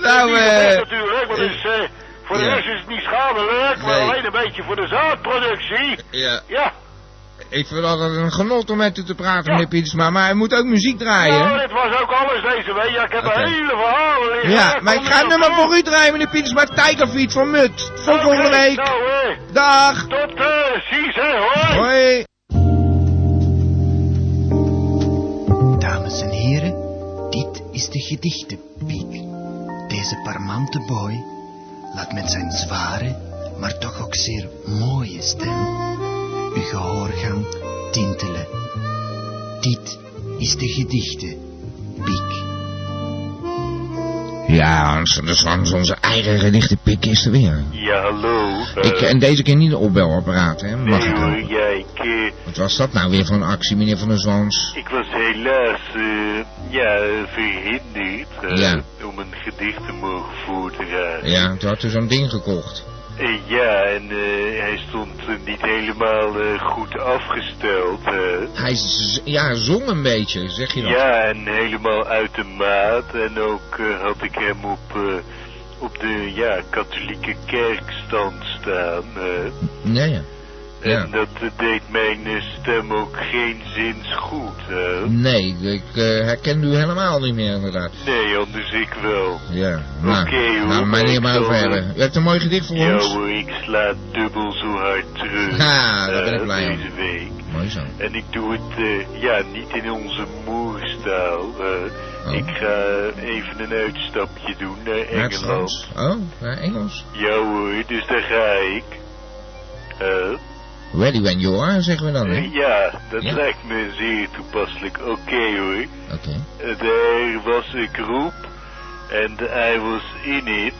Speaker 5: Nou,
Speaker 2: nou, eh.
Speaker 5: natuurlijk, want het is, eh, voor de
Speaker 2: ja.
Speaker 5: rest is het niet schadelijk, maar
Speaker 2: Nee.
Speaker 5: alleen een beetje voor de zaadproductie.
Speaker 2: Ja,
Speaker 5: Ja,
Speaker 2: ik vind altijd een genot om met u te praten,
Speaker 5: Ja.
Speaker 2: meneer Pietersma, maar hij moet ook muziek
Speaker 5: nou,
Speaker 2: draaien.
Speaker 5: dit was ook alles deze week. Ja, ik heb
Speaker 2: Oké.
Speaker 5: een hele verhalen liggen.
Speaker 2: Ja, maar ik ga het nummer voor u draaien, meneer Pietersma. Tigerfeet van Mut. Tot volgende week.
Speaker 5: Nou, eh,
Speaker 2: Dag.
Speaker 5: tot eh, ziens, hè, hoi.
Speaker 2: Hoi.
Speaker 6: Dames en heren, dit is de gedichtenpiek. Deze parmante boy laat met zijn zware, maar toch ook zeer mooie stem uw gehoor gaan tintelen. Dit is de gedichtenpiek.
Speaker 2: Ja, Hans, dat is Hans, onze eigen gedichte pik is er weer.
Speaker 7: Ja, hallo. eh,
Speaker 2: Ik, en deze keer niet een opbelapparaat, hè? Mag
Speaker 7: nee
Speaker 2: ik
Speaker 7: hoor,
Speaker 2: ook.
Speaker 7: ja, ik, eh,
Speaker 2: Wat was dat nou weer voor een actie, meneer Van der Zwans?
Speaker 7: ik was helaas eh, ja, verhinderd eh,
Speaker 2: Ja.
Speaker 7: om een gedicht te mogen voordragen.
Speaker 2: Ja, toen had u zo'n ding gekocht.
Speaker 7: Eh, ja, en eh, hij stond eh, niet helemaal eh, goed afgesteld. eh.
Speaker 2: Hij z- ja, zong een beetje, zeg je dat?
Speaker 7: Ja, en helemaal uit de maat. En ook eh, had ik hem op, eh, op de ja, katholieke kerkstand staan. eh.
Speaker 2: Ja, ja. Ja.
Speaker 7: En dat eh, deed mijn eh, stem ook geen zins goed. hè.
Speaker 2: Nee, ik eh herkende u helemaal niet meer, inderdaad.
Speaker 7: Nee, anders ik wel.
Speaker 2: Ja, nou,
Speaker 7: Oké, hoor,
Speaker 2: laten we maar
Speaker 7: ik
Speaker 2: niet meer
Speaker 7: zal,
Speaker 2: over
Speaker 7: eh,
Speaker 2: hebben. U hebt een mooi gedicht voor
Speaker 7: Ja
Speaker 2: ons.
Speaker 7: hoor, ik sla dubbel zo hard terug.
Speaker 2: Ja, daar ben ik
Speaker 7: eh,
Speaker 2: blij om.
Speaker 7: Deze week.
Speaker 2: Mooi zo.
Speaker 7: En ik doe het eh, ja, niet in onze moerstaal. eh.
Speaker 2: Oh.
Speaker 7: Ik ga even een uitstapje doen naar
Speaker 2: Ja, het is
Speaker 7: Engeland.
Speaker 2: Frans. Oh, ja, Engels.
Speaker 7: Ja hoor, dus daar ga ik. Eh,
Speaker 2: Ready when you are, zeggen we dan, hè?
Speaker 7: ja, dat
Speaker 2: Ja.
Speaker 7: lijkt me zeer toepasselijk. Oké hoor.
Speaker 2: Oké.
Speaker 7: Eh, There was a group and I was in it.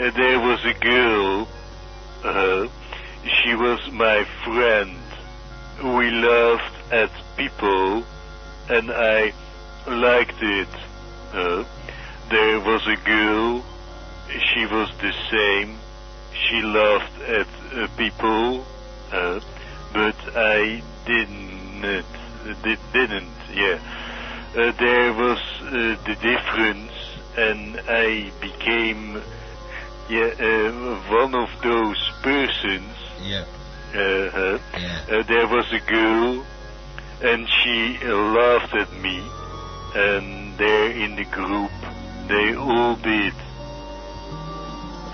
Speaker 7: And there was a girl. Uh, she was my friend. We laughed at people and I liked it. Uh, there was a girl. She was the same. She laughed at uh, people, uh, but I didn't. Did, didn't, yeah. Uh, there was uh, the difference, and I became, yeah, uh, one of those persons.
Speaker 2: Ja,
Speaker 7: Uh, uh,
Speaker 2: ja.
Speaker 7: uh, there was a girl, and she uh, laughed at me, and there in the group, they all did.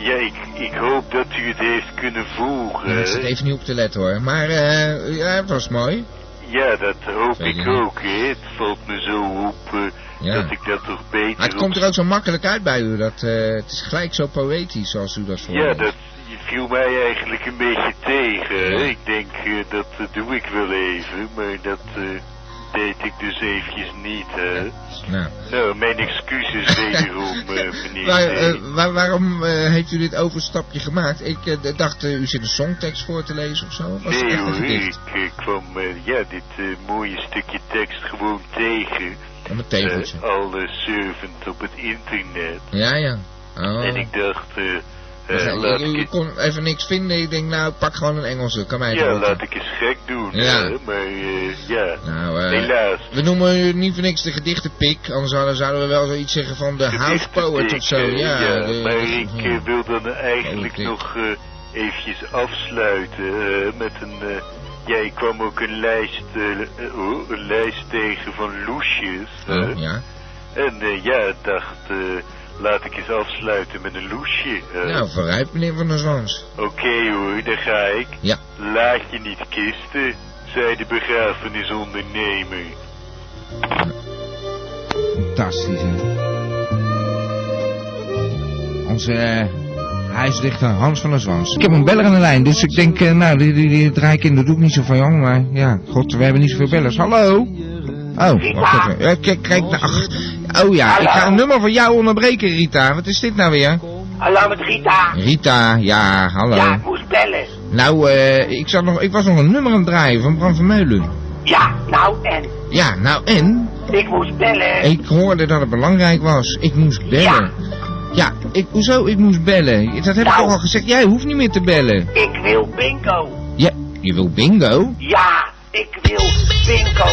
Speaker 7: Ja, ik, ik hoop dat u het heeft kunnen voegen.
Speaker 2: Ik zit even niet op te letten, hoor. Maar, eh, ja, het was mooi.
Speaker 7: Ja, dat hoop
Speaker 2: Zeker.
Speaker 7: ik ook. Hè. Het valt me zo op eh,
Speaker 2: Ja.
Speaker 7: dat ik dat toch beter...
Speaker 2: Maar het
Speaker 7: op-
Speaker 2: komt er ook zo makkelijk uit bij u. Dat, eh, het is gelijk zo poëtisch als u dat
Speaker 7: Ja,
Speaker 2: voorleest.
Speaker 7: dat viel mij eigenlijk een beetje tegen. hè.
Speaker 2: Ja.
Speaker 7: Ik denk, eh, dat eh, doe ik wel even, maar dat eh, deed ik dus eventjes niet. Hè.
Speaker 2: Nou.
Speaker 7: Nou, mijn excuses wederom, eh, meneer.
Speaker 2: Waar-
Speaker 7: D.
Speaker 2: eh, waar- waarom eh, heeft u dit overstapje gemaakt? Ik eh, d- dacht, eh, u zit een songtekst voor te lezen of zo? Of was het
Speaker 7: nee
Speaker 2: echt een
Speaker 7: hoor,
Speaker 2: gedicht?
Speaker 7: ik eh, kwam eh, ja, dit eh, mooie stukje tekst gewoon tegen.
Speaker 2: Om een
Speaker 7: eh,
Speaker 2: tegeltje.
Speaker 7: al eh, surfend op het internet.
Speaker 2: Ja, ja. Oh.
Speaker 7: En ik dacht, eh, eh,
Speaker 2: Dus, eh,
Speaker 7: laat
Speaker 2: ik,
Speaker 7: ik
Speaker 2: ik
Speaker 7: het
Speaker 2: kon even niks vinden. Ik denk, nou, ik pak gewoon een Engelse. Kan mij
Speaker 7: Ja,
Speaker 2: het
Speaker 7: laat ik eens gek doen.
Speaker 2: Ja.
Speaker 7: hè, maar eh, ja,
Speaker 2: Nou, eh,
Speaker 7: helaas.
Speaker 2: we noemen u niet voor niks de gedichtenpik. Anders zouden, zouden we wel zoiets zeggen van de house poet of zo.
Speaker 7: Ik, eh,
Speaker 2: Ja, de-
Speaker 7: maar
Speaker 2: de-
Speaker 7: ik eh, wil dan eigenlijk
Speaker 2: Politiek.
Speaker 7: nog eh, eventjes afsluiten eh, met een... eh, ja, ik kwam ook een lijst, eh, eh, oh, een lijst tegen van loesjes. eh.
Speaker 2: Oh, ja.
Speaker 7: En eh, ja, ik dacht, eh, laat ik eens afsluiten met een loesje. eh.
Speaker 2: Nou, vooruit meneer Van der Zwans.
Speaker 7: Oké hoor, daar ga ik.
Speaker 2: Ja.
Speaker 7: Laat je niet kisten, zei de begrafenisondernemer.
Speaker 2: Fantastisch, hè? Onze eh, huisdichter Hans van der Zwans. Ik heb een beller aan de lijn, dus ik denk, eh, nou, die, die, die draai ik in. Dat doe ik niet zo van jong, maar ja, god, we hebben niet zoveel bellers. Hallo? Oh, wacht even. Eh, kijk, kijk, nou, ach. Oh ja, ik ga een nummer van jou onderbreken, Rita. Wat is dit nou weer?
Speaker 8: Hallo met Rita.
Speaker 2: Rita, ja, hallo.
Speaker 8: Ja, ik moest bellen.
Speaker 2: Nou, eh, ik, zat nog, ik was nog een nummer aan het draaien van Bram van Meulen.
Speaker 8: Ja, nou en?
Speaker 2: Ja, nou en?
Speaker 8: Ik moest bellen.
Speaker 2: Ik hoorde dat het belangrijk was. Ik moest bellen. Ja, ik, hoezo ik moest bellen? Dat heb ik
Speaker 8: Nou.
Speaker 2: toch al gezegd. Jij hoeft niet meer te bellen.
Speaker 8: Ik wil bingo.
Speaker 2: Ja, je wil bingo?
Speaker 8: Ja, ik wil bingo.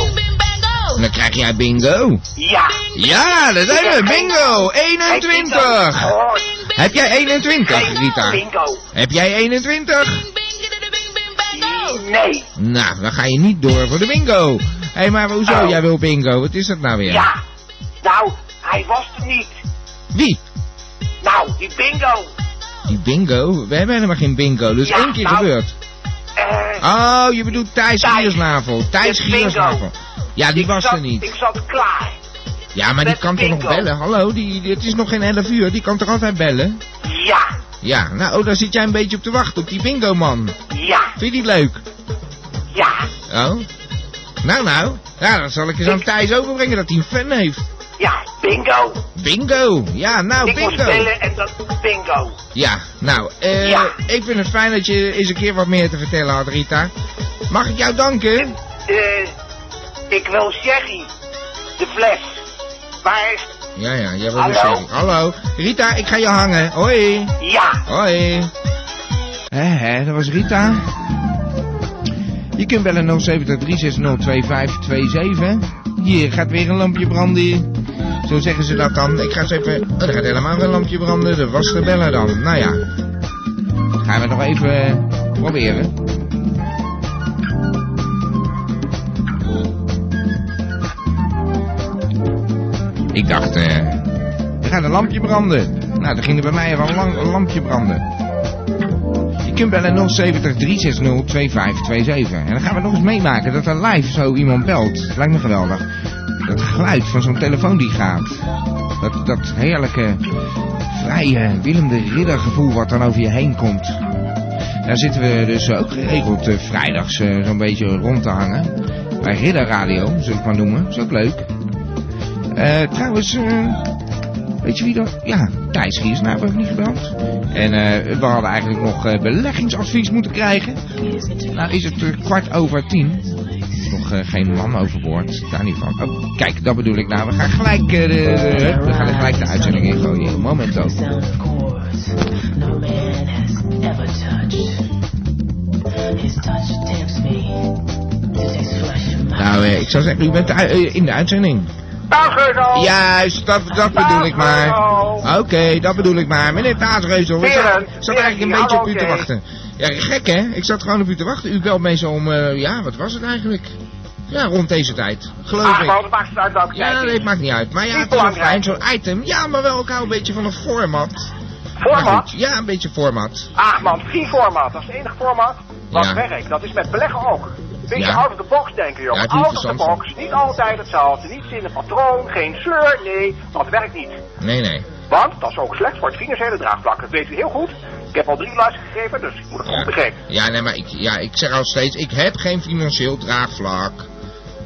Speaker 8: Nou.
Speaker 2: Dan krijg jij bingo.
Speaker 8: Ja.
Speaker 2: Ja, daar zijn we. Bingo.
Speaker 8: Heb je het al
Speaker 2: 21.
Speaker 8: gehoord?
Speaker 2: Heb jij 21, Rita?
Speaker 8: Bingo.
Speaker 2: Heb jij 21?
Speaker 8: Nee.
Speaker 2: Nou, dan ga je niet door voor de bingo. Hé, maar hoezo
Speaker 8: Oh.
Speaker 2: jij wil bingo? Wat is dat nou weer?
Speaker 8: Ja. Nou, hij was er niet.
Speaker 2: Wie?
Speaker 8: Nou, die bingo.
Speaker 2: Die bingo? We hebben helemaal geen bingo. Dus
Speaker 8: Ja,
Speaker 2: één keer
Speaker 8: nou.
Speaker 2: gebeurd.
Speaker 8: Eh,
Speaker 2: Oh, je bedoelt Thijs
Speaker 8: Thijs.
Speaker 2: Giersnavel. Thijs
Speaker 8: Dit bingo.
Speaker 2: Giersnavel. Ja, die was
Speaker 8: zat-
Speaker 2: er niet.
Speaker 8: Ik zat klaar.
Speaker 2: Ja, maar die
Speaker 8: Met
Speaker 2: kan toch nog
Speaker 8: bingo.
Speaker 2: bellen? Hallo, die, die- het is nog geen 11 uur. Die kan toch altijd bellen?
Speaker 8: Ja.
Speaker 2: Ja, nou, oh, daar zit jij een beetje op te wachten, op die bingo-man.
Speaker 8: Ja.
Speaker 2: Vind je die leuk?
Speaker 8: Ja.
Speaker 2: Oh? Nou, nou. Ja, dan zal ik eens aan Thijs overbrengen dat hij een fan heeft.
Speaker 8: Ja, bingo.
Speaker 2: Bingo! Ja, nou,
Speaker 8: ik moet
Speaker 2: bingo!
Speaker 8: spelen en dat bingo.
Speaker 2: Ja, nou, eh,
Speaker 8: Ja.
Speaker 2: ik vind het fijn dat je eens een keer wat meer te vertellen had, Rita. Mag ik jou danken?
Speaker 8: Eh, ik wil sherry. De fles. Waar is...
Speaker 2: Ja, ja, jij wil weer
Speaker 8: Hallo?
Speaker 2: zeggen. Hallo. Rita, ik ga je hangen. Hoi.
Speaker 8: Ja.
Speaker 2: Hoi. Hé, hé, dat was Rita. Je kunt bellen 073602527. Hier gaat weer een lampje branden. Zo zeggen ze dat dan. Ik ga eens even... Oh, er gaat helemaal een lampje branden. Dat was de bellen dan. Nou ja. Gaan we nog even eh, proberen. Ik dacht, eh, er gaat een lampje branden. Nou, er ging er bij mij wel lang, een lampje branden. Je kunt bellen 070 360 2527. En dan gaan we nog eens meemaken dat er live zo iemand belt. Lijkt me geweldig. Dat geluid van zo'n telefoon die gaat. Dat, dat heerlijke, vrije, Willem de Ridder gevoel wat dan over je heen komt. Daar zitten we dus ook geregeld eh, vrijdags eh, zo'n beetje rond te hangen. Bij Ridder Radio, zullen we het maar noemen. Is ook leuk. Eh, trouwens, eh, weet je wie dat... Ja, Thijs Giersnaap heeft niet gebeld. En eh, we hadden eigenlijk nog eh, beleggingsadvies moeten krijgen. Nou is het eh, kwart over tien. Er is nog eh, geen man overboord, daar niet van. Oh, kijk, dat bedoel ik nou. We gaan gelijk, eh, de, de- we gaan er gelijk de uitzending in gooien. Moment ook.
Speaker 9: sound of chords no man has ever touched. His touch tempts me to taste flesh and my
Speaker 2: Nou, eh, ik zou zeggen, u bent ui- eh, in de uitzending.
Speaker 8: Dagreuzel.
Speaker 2: Juist, dat, dat
Speaker 8: Nou,
Speaker 2: bedoel ik maar. Oké,
Speaker 8: Taasreuzel.
Speaker 2: dat bedoel ik maar. Meneer Taasreuzel, ik zat,
Speaker 8: Berend,
Speaker 2: ik zat
Speaker 8: Berend,
Speaker 2: eigenlijk een
Speaker 8: ja,
Speaker 2: beetje op u te
Speaker 8: oké.
Speaker 2: wachten. Ja, gek hè? Ik zat gewoon op u te wachten. U belt meestal om, eh, ja, wat was het eigenlijk? Ja, rond deze tijd. Geloof
Speaker 8: Ach, wel,
Speaker 2: ik.
Speaker 8: dat maakt het uit welke
Speaker 2: Ja,
Speaker 8: tijd
Speaker 2: nee,
Speaker 8: het
Speaker 2: het
Speaker 8: is.
Speaker 2: maakt niet uit. Maar ja,
Speaker 8: Niet
Speaker 2: het is wel fijn,
Speaker 8: belangrijk.
Speaker 2: zo'n item. Ja, maar wel ook al een beetje van een format. Maar
Speaker 8: Format? Ah,
Speaker 2: goed, Ja, een beetje format.
Speaker 8: Ach man, free format. Dat is het enige format wat
Speaker 2: Ja.
Speaker 8: werkt. Dat is met beleggen ook. Een beetje
Speaker 2: Ja.
Speaker 8: out of the box denken,
Speaker 2: Ja,
Speaker 8: jongen.
Speaker 2: het hoeft
Speaker 8: out of the
Speaker 2: interessant
Speaker 8: box. Niet altijd hetzelfde. Niet in een patroon. Geen zeur. Nee, dat werkt niet.
Speaker 2: Nee, nee.
Speaker 8: Want dat is ook slecht voor het financiële draagvlak. Dat weet u heel goed. Ik heb al drie luisteren gegeven, dus ik moet het goed
Speaker 2: Ja,
Speaker 8: begrijpen.
Speaker 2: ja nee, maar ik, ja, ik zeg al steeds, ik heb geen financieel draagvlak.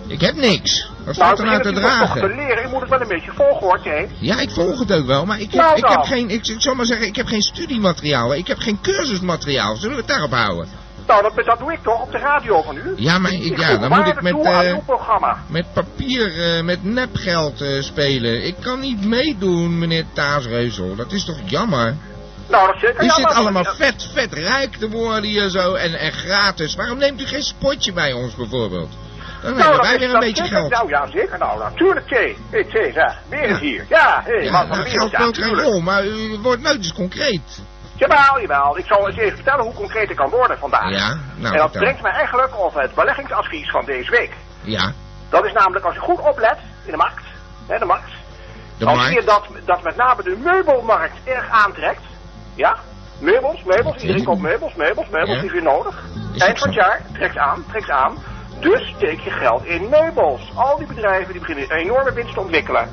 Speaker 2: Ik heb niks. Wat
Speaker 8: Nou,
Speaker 2: valt er
Speaker 8: ik begin
Speaker 2: nou
Speaker 8: het
Speaker 2: te
Speaker 8: u wel toch te
Speaker 2: dragen?
Speaker 8: leren. Ik moet het wel een beetje volgen, hoor, Jane.
Speaker 2: Ja, ik volg het ook wel, maar ik heb,
Speaker 8: Nou
Speaker 2: ik heb
Speaker 8: dan.
Speaker 2: geen, ik, ik zal maar zeggen, ik heb geen studiemateriaal, hè. ik heb geen cursusmateriaal. Zullen we het daarop houden?
Speaker 8: Nou, dat, dat doe ik toch op de radio van u?
Speaker 2: Ja, maar ik, ja, dan
Speaker 8: voeg
Speaker 2: moet ik
Speaker 8: waarde
Speaker 2: met,
Speaker 8: toe aan
Speaker 2: eh,
Speaker 8: uw programma.
Speaker 2: met papier, eh, met nepgeld eh, spelen. Ik kan niet meedoen, meneer Taasreuzel. Dat is toch jammer?
Speaker 8: Nou, dat is zeker
Speaker 2: U
Speaker 8: jammer,
Speaker 2: zit
Speaker 8: want-
Speaker 2: allemaal vet, vet rijk te worden hier zo en, en gratis. Waarom neemt u geen spotje bij ons bijvoorbeeld? Dan
Speaker 8: Nou,
Speaker 2: hebben
Speaker 8: dat
Speaker 2: wij
Speaker 8: is-
Speaker 2: weer een
Speaker 8: dat
Speaker 2: beetje
Speaker 8: zeker-
Speaker 2: geld.
Speaker 8: Nou ja, zeker nou. Natuurlijk, Jay. Hé, Jay, zeg. Weer is hier. Ja, hé,
Speaker 2: Ja,
Speaker 8: man van
Speaker 2: nou,
Speaker 8: de
Speaker 2: geld
Speaker 8: wereld. Ja,
Speaker 2: speelt geen
Speaker 8: natuurlijk.
Speaker 2: rol, maar u wordt nooit eens concreet.
Speaker 8: Jawel, jawel. Ik zal eens even vertellen hoe concreet ik kan worden vandaag.
Speaker 2: Ja, nou,
Speaker 8: en dat
Speaker 2: vertel.
Speaker 8: brengt me eigenlijk op het beleggingsadvies van deze week.
Speaker 2: Ja,
Speaker 8: Dat is namelijk, als je goed oplet in de markt, hè, de markt,
Speaker 2: de
Speaker 8: dan zie je
Speaker 2: markt.
Speaker 8: dat, dat met name de meubelmarkt erg aantrekt. Ja? Meubels, meubels, iedereen
Speaker 2: Ja.
Speaker 8: koopt meubels, meubels, meubels,
Speaker 2: Ja.
Speaker 8: die is weer nodig.
Speaker 2: Is ook
Speaker 8: Eind van het
Speaker 2: zo.
Speaker 8: jaar, trekt aan, trekt aan. Dus steek je geld in meubels. Al die bedrijven die beginnen een enorme winst te ontwikkelen.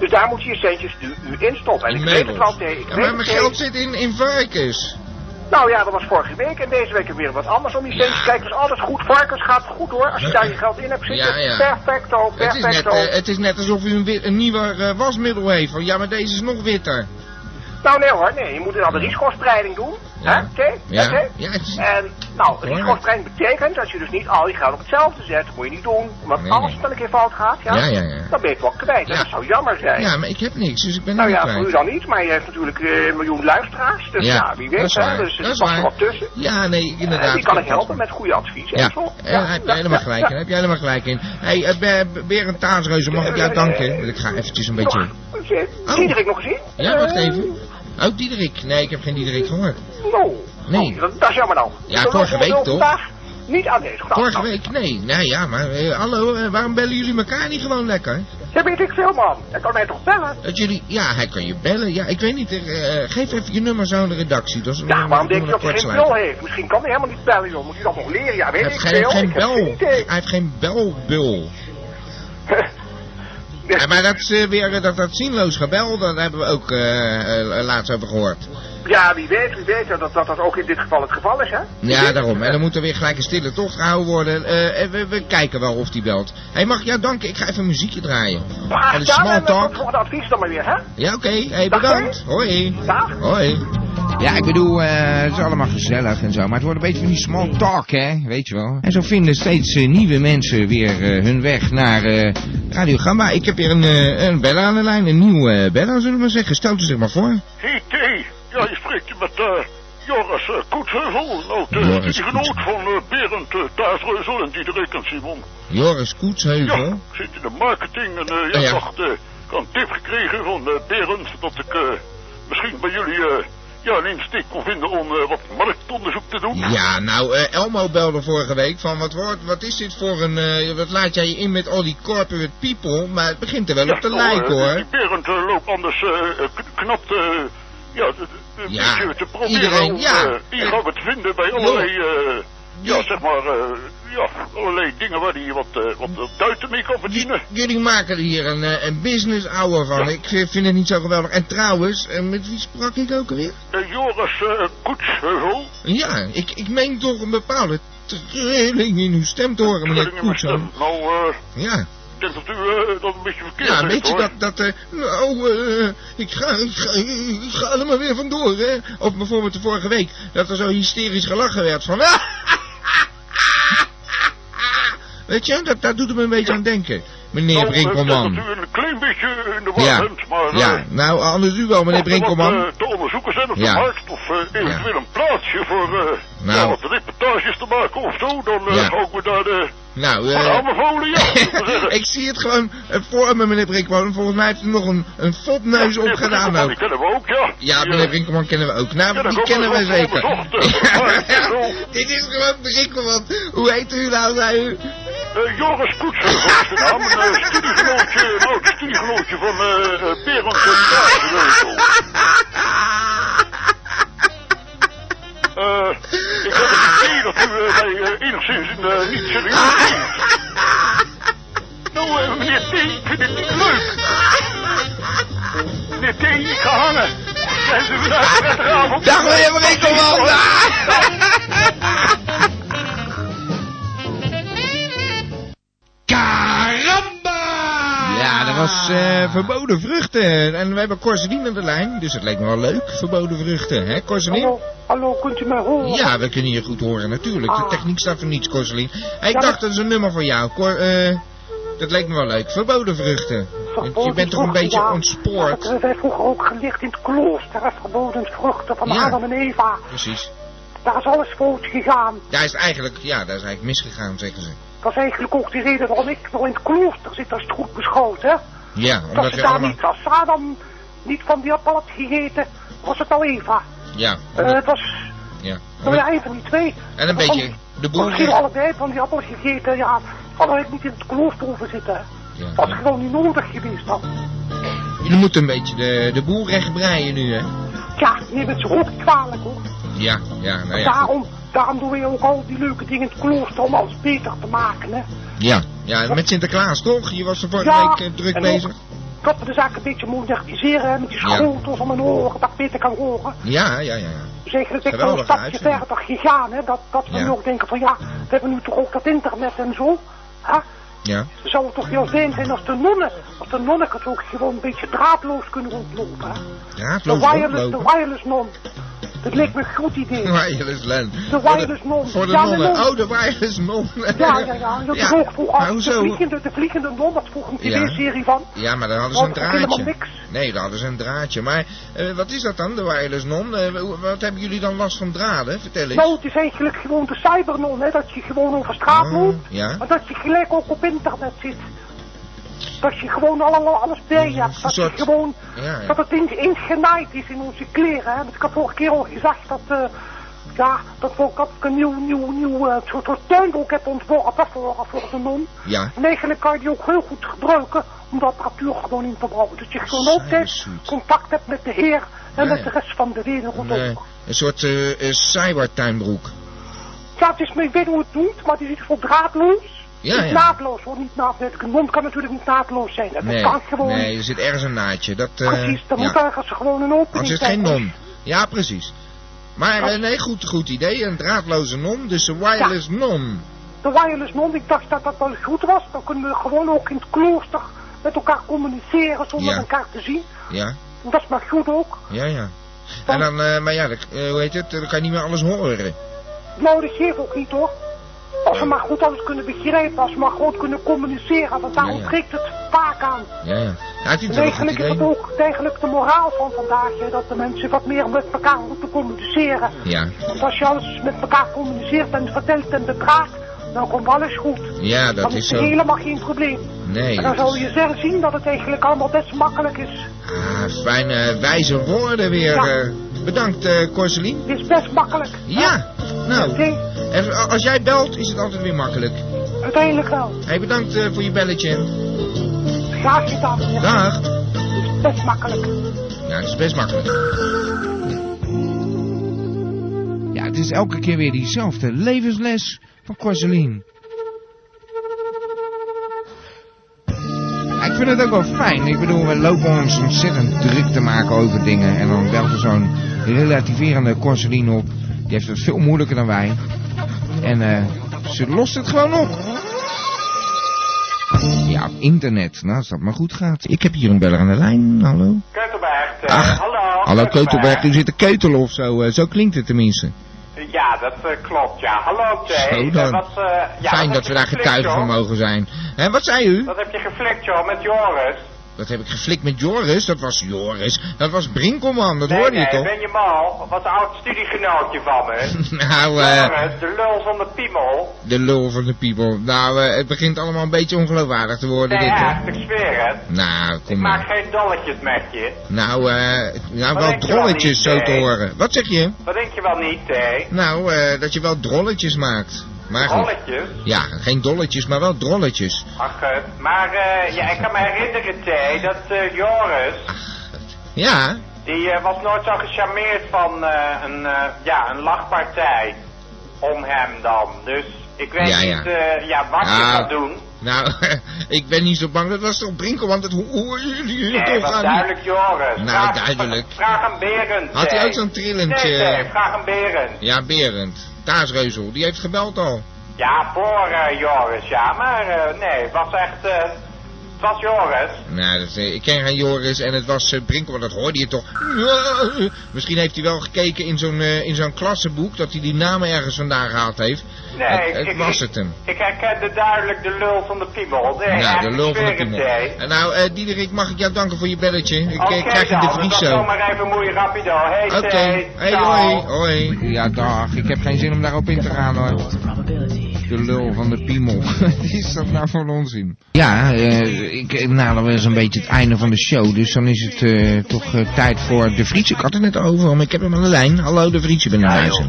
Speaker 8: Dus daar moet je je centjes nu, nu in stoppen. En ik weet het wel,
Speaker 2: meubels.
Speaker 8: T. Ik
Speaker 2: Ja,
Speaker 8: weet
Speaker 2: maar
Speaker 8: het,
Speaker 2: mijn
Speaker 8: T.
Speaker 2: geld zit in, in varkens.
Speaker 8: Nou ja, dat was vorige week en deze week weer wat anders om die centjes. Kijk, dat is Dus alles goed. Varkens gaat goed hoor. Als je daar je geld in hebt
Speaker 2: Ja,
Speaker 8: zitten,
Speaker 2: ja.
Speaker 8: perfecto,
Speaker 2: Het is, net,
Speaker 8: perfecto.
Speaker 2: eh, het is net alsof u een, wit- een nieuwe eh, wasmiddel heeft. Van, ja, maar deze is nog witter.
Speaker 8: Nou nee hoor, nee, je moet dan de risicospreiding doen.
Speaker 2: Ja.
Speaker 8: Hè? Oké?
Speaker 2: Ja.
Speaker 8: Oké?
Speaker 2: Ja, het is-
Speaker 8: En nou,
Speaker 2: Belangrijk.
Speaker 8: risicospreiding betekent dat je dus niet al je geld op hetzelfde zet. Dat moet je niet doen. Want
Speaker 2: Nee,
Speaker 8: als
Speaker 2: nee.
Speaker 8: het dan een keer fout gaat, ja,
Speaker 2: Ja, ja, ja.
Speaker 8: dan ben je het wel kwijt.
Speaker 2: Ja.
Speaker 8: En dat zou jammer zijn.
Speaker 2: Ja, maar ik heb niks, dus ik ben
Speaker 8: Nou
Speaker 2: niet
Speaker 8: ja,
Speaker 2: kwijt.
Speaker 8: voor u dan niet, maar je hebt natuurlijk eh, een miljoen luisteraars. Dus ja, wie weet, hè, dus
Speaker 2: dat is
Speaker 8: er past er
Speaker 2: waar.
Speaker 8: wat tussen.
Speaker 2: Ja, nee, inderdaad.
Speaker 8: En die kan ik
Speaker 2: klopt.
Speaker 8: helpen met goede advies
Speaker 2: Ja,
Speaker 8: en zo.
Speaker 2: eh, daar heb je helemaal gelijk in. daar Heb je helemaal gelijk in. Hé, hey, eh, Berend Taasreuzen, mag ik jou danken? Want Ik ga eventjes een beetje... Oh.
Speaker 8: Diederik eh, nog gezien?
Speaker 2: Ja, wacht
Speaker 8: Eh,
Speaker 2: even. Oh, Diederik. Nee, ik heb geen Diederik gehoord.
Speaker 8: Nou,
Speaker 2: Nee.
Speaker 8: oh, dat, dat is jammer nou.
Speaker 2: Ja,
Speaker 8: Dan
Speaker 2: vorige
Speaker 8: wil- wil
Speaker 2: week toch?
Speaker 8: Vandaag niet aanwezig. Nou,
Speaker 2: Vorige
Speaker 8: nou,
Speaker 2: week? Nee. Nou ja, maar eh, hallo, eh, waarom bellen jullie elkaar niet gewoon lekker?
Speaker 8: Ja, weet ik veel, man. Hij kan mij toch bellen?
Speaker 2: Dat jullie... Ja, hij kan je bellen. Ja, ik weet niet. eh, eh, geef even je nummer zo aan de redactie. Dat is
Speaker 8: Ja, waarom denk je
Speaker 2: dat
Speaker 8: dat hij geen bel heeft? Misschien kan hij helemaal niet bellen, joh. Moet hij dat nog leren? Ja, weet
Speaker 2: Hij
Speaker 8: ik
Speaker 2: heeft
Speaker 8: veel.
Speaker 2: geen, geen
Speaker 8: Ik heb geen
Speaker 2: bel.
Speaker 8: idee.
Speaker 2: Hij heeft geen belbul. Ja, maar dat is eh, weer eh, dat, dat zinloos gebel, dat hebben we ook eh, eh, laatst over gehoord.
Speaker 8: Ja, wie weet, wie weet dat dat, dat ook in dit geval het geval is, hè?
Speaker 2: Ja, daarom. En dan moet er weer gelijk een stille tocht gehouden worden. Eh, eh, we, we kijken wel of die belt. Hé, mag ik jou danken? Ik ga even een muziekje draaien.
Speaker 8: Maar
Speaker 2: Van de
Speaker 8: ja,
Speaker 2: small
Speaker 8: en tot
Speaker 2: talk.
Speaker 8: volgende advies dan maar weer, hè?
Speaker 2: Ja, oké. Hey,
Speaker 8: Dag,
Speaker 2: bedankt. Hoi.
Speaker 8: Dag.
Speaker 2: Hoi. Ja, ik bedoel, eh, het is allemaal gezellig en zo, maar het wordt een beetje van die small talk, hè, weet je wel. En zo vinden steeds eh, nieuwe mensen weer eh, hun weg naar eh Radio Gamma. Ik heb hier een, eh een bellen aan de lijn, een nieuwe eh, bellen, zullen we maar zeggen. Stel ze zich maar voor.
Speaker 5: Hey, T. Ja, je spreekt met eh Joris uh, Koetheuvel. Nou, de
Speaker 2: Joris
Speaker 5: die genoot van eh, Berend uh, Duivreuzel en Diederik en Simon.
Speaker 2: Joris Koetsheuvel.
Speaker 5: Ja, zit in de marketing en eh ja,
Speaker 2: Oh, Ja.
Speaker 5: ik dacht, eh, ik had een tip gekregen van eh, Berend dat ik eh, misschien bij jullie eh, ja, een insteek kon vinden om eh, wat marktonderzoek te doen.
Speaker 2: Ja, nou, eh, Elmo belde vorige week van wat, wordt, wat is dit voor een... eh, wat laat jij je in met al die corporate people? Maar het begint er wel
Speaker 5: Ja,
Speaker 2: op te
Speaker 5: nou, eh,
Speaker 2: lijken, hoor.
Speaker 5: Die Berend eh, loopt anders eh, eh, k- knap eh, ja, d- d- een
Speaker 2: Ja,
Speaker 5: beetje te proberen
Speaker 2: iedereen,
Speaker 5: om
Speaker 2: ja.
Speaker 5: eh, ingangen te vinden bij allerlei, eh, ja, zeg maar, eh, ja, allerlei dingen waar hij wat, eh, wat eh, duiten mee kan verdienen.
Speaker 2: Jullie maken er hier een, eh, een business hour van. Ik eh, vind het niet zo geweldig. En trouwens, eh, met wie sprak ik ook alweer?
Speaker 5: Eh, Joris eh Koetsheuvel,
Speaker 2: Ja, ik, ik meen toch een bepaalde trilling in uw stem te horen, meneer
Speaker 5: Trillingen in mijn
Speaker 2: Koetsen.
Speaker 5: stem. nou, eh,
Speaker 2: Ja,
Speaker 5: ik denk dat u eh, dat een beetje verkeerd
Speaker 2: ja
Speaker 5: heeft,
Speaker 2: weet je
Speaker 5: hoor.
Speaker 2: dat... dat eh, nou, eh, ik, ga, ik, ga, ik ga er maar weer vandoor, hè. Of bijvoorbeeld de vorige week, dat er zo hysterisch gelachen werd van... Weet je, dat, dat doet me een beetje aan denken, meneer
Speaker 5: Nou, eh, Ik
Speaker 2: Brinkelman.
Speaker 5: denk dat u een klein beetje in de war
Speaker 2: Ja,
Speaker 5: bent, maar... eh,
Speaker 2: ja, nou, anders u wel, meneer
Speaker 5: mocht er wat,
Speaker 2: Brinkelman.
Speaker 5: eh, te onderzoeken zijn op
Speaker 2: Ja.
Speaker 5: de markt of eh, eventueel een plaatsje voor eh,
Speaker 2: Nou.
Speaker 5: ja, wat reportages te maken of zo, dan eh
Speaker 2: Ja.
Speaker 5: ga ik me daar de
Speaker 2: Nou,
Speaker 5: van
Speaker 2: eh,
Speaker 5: aanbevolen, ja. zullen we zeggen.
Speaker 2: ik zie het gewoon eh, voor me, meneer Brinkman. Volgens mij heeft hij nog een, een fopneus
Speaker 5: Ja, meneer
Speaker 2: opgedaan
Speaker 5: Brinkelman,
Speaker 2: ook.
Speaker 5: Die kennen we ook, ja.
Speaker 2: Ja,
Speaker 5: Die,
Speaker 2: meneer
Speaker 5: eh,
Speaker 2: Brinkelman kennen we ook. Nou,
Speaker 5: Ja, dan
Speaker 2: die
Speaker 5: komen
Speaker 2: kennen
Speaker 5: we
Speaker 2: we
Speaker 5: nog
Speaker 2: zeker.
Speaker 5: op de dochter. Maar,
Speaker 2: Ja,
Speaker 5: zo.
Speaker 2: dit is gewoon Brinkelman. Hoe heet u nou, zei u?
Speaker 5: eh, Joris Koetsen was de naam, een eh, studiegenootje, een oud studiegenootje van eh eh, Berend en Kaarsen. Eh, ik heb het idee dat u eh, mij eh, enigszins in, eh, niet serieus neemt. Nou, eh, meneer T, ik vind het niet leuk. Meneer T, ik ga hangen. En ze willen een prettige avond.
Speaker 2: Dag, meneer Brinkelman. Ja, dat was eh, verboden vruchten. En we hebben Corselien aan de lijn, dus het leek me wel leuk. Verboden vruchten, hè, Corselien?
Speaker 10: Hallo, hallo, kunt u mij horen?
Speaker 2: Ja, we kunnen je goed horen, natuurlijk. De
Speaker 10: Ah.
Speaker 2: techniek staat voor niets, Corselien. Hey, ik
Speaker 10: Ja,
Speaker 2: dacht, dat is een nummer van jou. Cor, eh, dat leek me wel leuk. Verboden vruchten. Want je
Speaker 10: Verboden
Speaker 2: bent toch een
Speaker 10: vruchten,
Speaker 2: beetje
Speaker 10: ja. Dat
Speaker 2: ontspoord.
Speaker 10: hebben wij vroeger ook gelicht in het klooster. hè, Verboden vruchten van
Speaker 2: Ja.
Speaker 10: Adam en Eva.
Speaker 2: Precies.
Speaker 10: Daar is alles fout gegaan.
Speaker 2: Daar is het eigenlijk, ja, daar is eigenlijk misgegaan, zeggen ze.
Speaker 10: Dat is eigenlijk ook de reden waarom ik nog in het klooster zit, als het goed beschouwd, hè?
Speaker 2: Ja,
Speaker 10: Dat
Speaker 2: omdat
Speaker 10: ze
Speaker 2: je
Speaker 10: daar
Speaker 2: allemaal...
Speaker 10: niet, als Adam niet van die appel had gegeten, was het al Eva.
Speaker 2: Ja,
Speaker 10: Eh,
Speaker 2: omdat-
Speaker 10: het was,
Speaker 2: ja.
Speaker 10: nou
Speaker 2: omdat-
Speaker 10: ja, een van die twee.
Speaker 2: En een
Speaker 10: Want-
Speaker 2: beetje de boer...
Speaker 10: Misschien allebei van die appel gegeten, ja. Hadden we niet in het klooster hoeven zitten. hè.
Speaker 2: Ja.
Speaker 10: Was gewoon niet nodig geweest dan.
Speaker 2: Je moet een beetje de, de boer rechtbreien nu, hè.
Speaker 10: Ja, je bent zo ook kwalijk hoor.
Speaker 2: Ja, ja, nou ja. goed.
Speaker 10: Daarom, daarom doen we ook al die leuke dingen in het klooster om alles beter te maken. Hè.
Speaker 2: Ja, ja, met Sinterklaas, toch? Je was er vorige
Speaker 10: Ja,
Speaker 2: week eh, druk
Speaker 10: en
Speaker 2: bezig.
Speaker 10: ook Dat we de zaak een beetje moderniseren hè, met die
Speaker 2: Ja.
Speaker 10: schotels om mijn oren, dat ik beter kan horen.
Speaker 2: Ja, ja, ja. ja.
Speaker 10: Dus eigenlijk ben ik wel een
Speaker 2: Geweldige
Speaker 10: stapje
Speaker 2: uitzending.
Speaker 10: verder gegaan. Hè, dat, dat we
Speaker 2: Ja.
Speaker 10: nu ook denken van ja, we hebben nu toch ook dat internet en zo. Hè.
Speaker 2: Ja.
Speaker 10: Zou het toch heel fijn zijn als de nonnen, als de nonnen het ook gewoon een beetje draadloos kunnen rondlopen. Hè. De
Speaker 2: Draadloos
Speaker 10: wireless, de
Speaker 2: rondlopen.
Speaker 10: wireless non. Dat leek me een goed idee.
Speaker 2: Wireless LAN.
Speaker 10: De wireless non.
Speaker 2: Voor de
Speaker 10: Ja, de
Speaker 2: nonnen.
Speaker 10: non.
Speaker 2: Oh, de wireless non.
Speaker 10: Ja, ja, ja. Dat is ook vroeger.
Speaker 2: Maar
Speaker 10: De
Speaker 2: hoezo?
Speaker 10: vliegende, de vliegende non, dat vroeg een
Speaker 2: Nou, Ja.
Speaker 10: tv-serie van.
Speaker 2: Oh, Ja, maar daar hadden ze een
Speaker 10: Want er ging
Speaker 2: draadje.
Speaker 10: Oh, helemaal niks.
Speaker 2: Nee, daar hadden ze een draadje. Maar eh, wat is dat dan, de wireless non? Eh, hoe- wat hebben jullie dan last van draden? Vertel eens.
Speaker 10: Nou, het is eigenlijk gewoon de cybernon, hè. Dat je gewoon over straat
Speaker 2: Oh,
Speaker 10: loopt.
Speaker 2: ja.
Speaker 10: Maar dat je gelijk ook op internet zit. Dat je gewoon allemaal alles bij
Speaker 2: Ja,
Speaker 10: hebt. Dat
Speaker 2: een soort-
Speaker 10: je gewoon...
Speaker 2: Ja, ja.
Speaker 10: Dat het in- ingenaaid is in onze kleren, hè. Want Ik had vorige keer al gezegd dat... eh, ja, dat we ook dat ik een nieuw, nieuw, nieuw eh, soort, soort tuinbroek heb ontworpen voor, voor de non.
Speaker 2: Ja.
Speaker 10: En eigenlijk kan je die ook heel goed gebruiken om de apparatuur gewoon in te bouwen. Dat je gewoon altijd
Speaker 2: Zeezoet.
Speaker 10: contact hebt met de heer en
Speaker 2: Ja,
Speaker 10: met
Speaker 2: ja.
Speaker 10: de rest van de wereld
Speaker 2: Een, eh,
Speaker 10: ook.
Speaker 2: een soort eh eh, cybertuinbroek.
Speaker 10: Ja, het is, maar ik weet niet hoe het doet, maar het is iets voor draadloos.
Speaker 2: Ja,
Speaker 10: Het is
Speaker 2: ja.
Speaker 10: naadloos hoor, niet naadloos. Een mond kan natuurlijk niet naadloos zijn. hè. Dat
Speaker 2: Nee,
Speaker 10: kan gewoon
Speaker 2: nee, er zit ergens een naadje. Dat, eh,
Speaker 10: precies. Er moet
Speaker 2: ja.
Speaker 10: ergens gewoon een opening
Speaker 2: Anders is het
Speaker 10: zijn. dus.
Speaker 2: geen non. Ja, precies. Maar eh, nee, goed, goed idee. Een draadloze NOM, dus een wireless NOM.
Speaker 10: De wireless non, ik dacht dat dat wel goed was. Dan kunnen we gewoon ook in het klooster met elkaar communiceren zonder
Speaker 2: Ja.
Speaker 10: elkaar te zien.
Speaker 2: Ja,
Speaker 10: En dat is maar goed ook.
Speaker 2: ja, ja. En dan, eh, maar ja, dan, eh, hoe heet het? Dan kan je niet meer alles horen.
Speaker 10: Nou, dat geeft ook niet hoor. Als we maar goed alles kunnen begrijpen, als we maar goed kunnen communiceren, want daar
Speaker 2: Ja, ja.
Speaker 10: ontbreekt het vaak aan.
Speaker 2: Ja, ja. Ja, ik vind het
Speaker 10: En
Speaker 2: wel een goed
Speaker 10: eigenlijk is
Speaker 2: idee.
Speaker 10: het ook eigenlijk de moraal van vandaag, hè, dat de mensen wat meer met elkaar moeten communiceren.
Speaker 2: Ja,
Speaker 10: Want als je alles met elkaar communiceert en vertelt en bepraat, dan komt alles goed.
Speaker 2: ja, dat
Speaker 10: dan
Speaker 2: is
Speaker 10: er
Speaker 2: zo.
Speaker 10: helemaal geen probleem.
Speaker 2: Nee,
Speaker 10: en dan
Speaker 2: dat
Speaker 10: zal
Speaker 2: is-
Speaker 10: je zelf zien dat het eigenlijk allemaal best makkelijk is.
Speaker 2: ah, fijne wijze woorden weer.
Speaker 10: Ja.
Speaker 2: eh. bedankt, eh Corselien.
Speaker 10: Het is best makkelijk.
Speaker 2: Ja, nou.
Speaker 10: Oké,
Speaker 2: En a- als jij belt, is het altijd weer makkelijk.
Speaker 10: uiteindelijk wel.
Speaker 2: Hé, hey, bedankt eh, voor je belletje.
Speaker 10: Graag gedaan. ja.
Speaker 2: Dag.
Speaker 10: Het is best makkelijk.
Speaker 2: Ja, het is best makkelijk. Ja, het is elke keer weer diezelfde levensles van Corselien. Ja, ik vind het ook wel fijn. Ik bedoel, we lopen ons ontzettend druk te maken over dingen. En dan belt er zo'n relativerende Corselien op. Die heeft het veel moeilijker dan wij. En eh, ze lost het gewoon op. Ja, op internet. Nou, als dat maar goed gaat. Ik heb hier een beller aan de lijn. Hallo.
Speaker 11: Keuterberg, eh,
Speaker 2: Ach,
Speaker 11: hallo.
Speaker 2: Hallo Keutelberg, u zit te keutelen of zo. eh, zo klinkt het tenminste.
Speaker 11: Ja, dat eh, klopt, ja. Hallo, Eh, T.
Speaker 2: Zo dan. Fijn dat we daar getuige van mogen zijn. En wat zei u?
Speaker 11: Dat heb je geflikt, joh, met Joris.
Speaker 2: Dat heb ik geflikt met Joris. Dat was Joris. Dat was Brinkelman, dat
Speaker 11: nee,
Speaker 2: hoorde
Speaker 11: nee,
Speaker 2: je toch?
Speaker 11: ben je mal? Wat een oud studiegenootje van me.
Speaker 2: Nou, eh,
Speaker 11: Joris, de lul van de piemel.
Speaker 2: de lul van de people. Nou, eh, het begint allemaal een beetje ongeloofwaardig te worden,
Speaker 11: Nee,
Speaker 2: dit hoor.
Speaker 11: echt, ik zweer het.
Speaker 2: Nou, kom
Speaker 11: Ik maak
Speaker 2: maar.
Speaker 11: geen dolletjes met je.
Speaker 2: Nou, eh,
Speaker 11: Wat
Speaker 2: nou wel
Speaker 11: denk je wel
Speaker 2: drolletjes
Speaker 11: niet,
Speaker 2: zo te
Speaker 11: hè?
Speaker 2: horen. Wat zeg je?
Speaker 11: Dat denk je wel niet, T.
Speaker 2: Nou, eh, dat je wel drolletjes maakt. Maar goed.
Speaker 11: Dolletjes?
Speaker 2: Ja, geen dolletjes, maar wel drolletjes.
Speaker 11: Ach, eh, maar eh, ja, ik kan me herinneren, T, dat eh, Joris...
Speaker 2: Ja,
Speaker 11: Die eh, was nooit zo gecharmeerd van eh, een, eh, ja, een lachpartij om hem dan. Dus ik weet
Speaker 2: Ja, ja.
Speaker 11: niet eh, ja, wat je
Speaker 2: Ah.
Speaker 11: gaat doen.
Speaker 2: Nou, ik ben niet zo bang. Dat was toch Brinkel, want dat ho- horen jullie hier
Speaker 11: Nee,
Speaker 2: toch
Speaker 11: Eh, was
Speaker 2: aan.
Speaker 11: duidelijk Joris.
Speaker 2: Nou,
Speaker 11: vraag,
Speaker 2: duidelijk.
Speaker 11: Vraag aan Berend.
Speaker 2: Had hij
Speaker 11: hè.
Speaker 2: ook zo'n eh? trillentje?
Speaker 11: Nee, nee, vraag aan Berend.
Speaker 2: Ja, Berend. Taasreuzel, die heeft gebeld al.
Speaker 11: Ja, voor eh, Joris, ja. Maar eh, nee, het was echt... eh, het was Joris.
Speaker 2: Nou, dat, eh, ik ken geen Joris en het was eh, Brinkel, want dat hoorde je toch. Misschien heeft hij wel gekeken in zo'n eh, in zo'n klassenboek dat hij die namen ergens vandaan gehaald heeft.
Speaker 11: Nee,
Speaker 2: het,
Speaker 11: ik-
Speaker 2: het
Speaker 11: ik-
Speaker 2: was
Speaker 11: ik-
Speaker 2: het hem.
Speaker 11: Ik herkende duidelijk de lul van de piemel. Nee,
Speaker 2: nou,
Speaker 11: echt,
Speaker 2: de lul
Speaker 11: ik
Speaker 2: van de
Speaker 11: zweer het,
Speaker 2: piemel.
Speaker 11: hè.
Speaker 2: Eh, Nou, eh, Diederik, mag ik jou danken voor je belletje? Ik eh,
Speaker 11: Oké
Speaker 2: krijg een
Speaker 11: dan,
Speaker 2: devries
Speaker 11: dat
Speaker 2: zo.
Speaker 11: was maar even moeie rapido. Hey,
Speaker 2: Oké,
Speaker 11: Thee,
Speaker 2: hey,
Speaker 11: ciao.
Speaker 2: hoi, hoi. Ja, dag. Ik heb geen zin om daarop in te gaan hoor.
Speaker 9: Those probabilities.
Speaker 2: De lul van de piemel. Wat is dat nou voor onzin? Ja, eh, ik eh, nader wel eens een beetje het einde van de show. Dus dan is het eh, toch eh, tijd voor de Vriendje. Ik had het net over, maar ik heb hem aan de lijn. Hallo, de Vriendje ben
Speaker 12: Ja,
Speaker 2: ja,
Speaker 12: joh.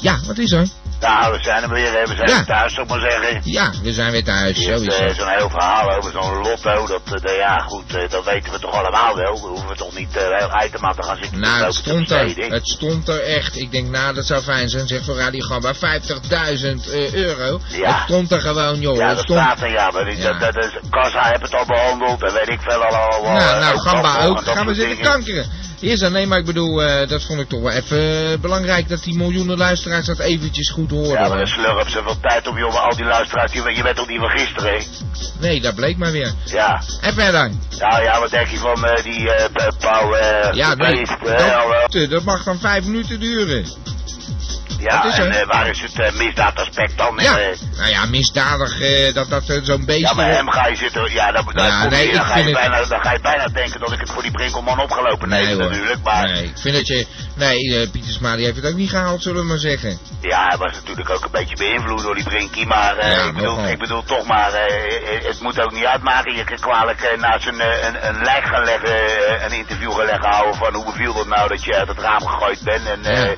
Speaker 2: ja, wat is er?
Speaker 12: Nou, we zijn er weer, hè. we zijn
Speaker 2: Ja.
Speaker 12: weer thuis, zou ik maar zeggen.
Speaker 2: Ja, we zijn weer thuis. Zo
Speaker 12: Eerst,
Speaker 2: is
Speaker 12: eh,
Speaker 2: het.
Speaker 12: zo'n heel verhaal over zo'n lotto, dat, eh, nou ja goed, eh, dat weten we toch allemaal wel. Daar hoeven we toch niet eh, heel item aan te gaan zitten.
Speaker 2: Nou,
Speaker 12: lopen
Speaker 2: het
Speaker 12: te
Speaker 2: stond er.
Speaker 12: besteden.
Speaker 2: Het stond er echt. Ik denk, nou, dat zou fijn zijn. Zeg voor Radio Gamba, 50.000 eh, euro.
Speaker 12: Ja.
Speaker 2: Het stond er gewoon, joh.
Speaker 12: Ja,
Speaker 2: het
Speaker 12: dat
Speaker 2: stond...
Speaker 12: staat er, ja, maar die-
Speaker 2: Ja.
Speaker 12: dat, dat is, Kassa heeft het al behandeld en weet ik veel allemaal.
Speaker 2: Nou,
Speaker 12: eh,
Speaker 2: nou, Gamba
Speaker 12: alcohol en
Speaker 2: ook.
Speaker 12: dat
Speaker 2: Gaan we
Speaker 12: soort
Speaker 2: zitten
Speaker 12: dingen.
Speaker 2: kankeren. Eerst dan, nee, maar ik bedoel, eh, dat vond ik toch wel even eh, belangrijk dat die miljoenen luisteraars dat eventjes goed horen.
Speaker 12: Ja, maar dan slurp ze veel tijd op, jongen, al die luisteraars, die, je bent toch niet van gisteren, hè?
Speaker 2: Nee, dat bleek maar weer.
Speaker 12: Ja.
Speaker 2: En verder.
Speaker 12: Nou ja, wat denk je van eh, die eh P- Pauw, eh,
Speaker 2: Ja, nee.
Speaker 12: Beest, eh, al, eh,
Speaker 2: Dat, dat mag dan vijf minuten duren.
Speaker 12: Ja,
Speaker 2: Dat is
Speaker 12: en
Speaker 2: er.
Speaker 12: eh, waar is het eh, misdaadaspect dan?
Speaker 2: Ja.
Speaker 12: En, eh,
Speaker 2: Nou ja, misdadig eh, dat dat eh, zo'n beest...
Speaker 12: ja, maar hem ga je zitten... Ja, dan, dan,
Speaker 2: Ja,
Speaker 12: kom je-
Speaker 2: nee,
Speaker 12: dan
Speaker 2: ik
Speaker 12: ga je
Speaker 2: vind het-
Speaker 12: bijna, dan ga je bijna denken dat ik het voor die Brinkelman opgelopen
Speaker 2: Nee,
Speaker 12: heb
Speaker 2: hoor.
Speaker 12: natuurlijk. Maar
Speaker 2: Nee, ik vind dat je... Nee, eh Pietersma, die heeft het ook niet gehaald, zullen we maar zeggen.
Speaker 12: ja, hij was natuurlijk ook een beetje beïnvloed door die Brinkie. Maar eh,
Speaker 2: Ja,
Speaker 12: ik, bedoel,
Speaker 2: nogal.
Speaker 12: ik bedoel toch maar, eh, eh, het moet ook niet uitmaken. Je kan kwalijk eh, naast een, eh, een, een lijk gaan leggen, eh, een interview gaan leggen houden van hoe beviel dat nou dat je uit het raam gegooid bent. En eh,
Speaker 2: Ja.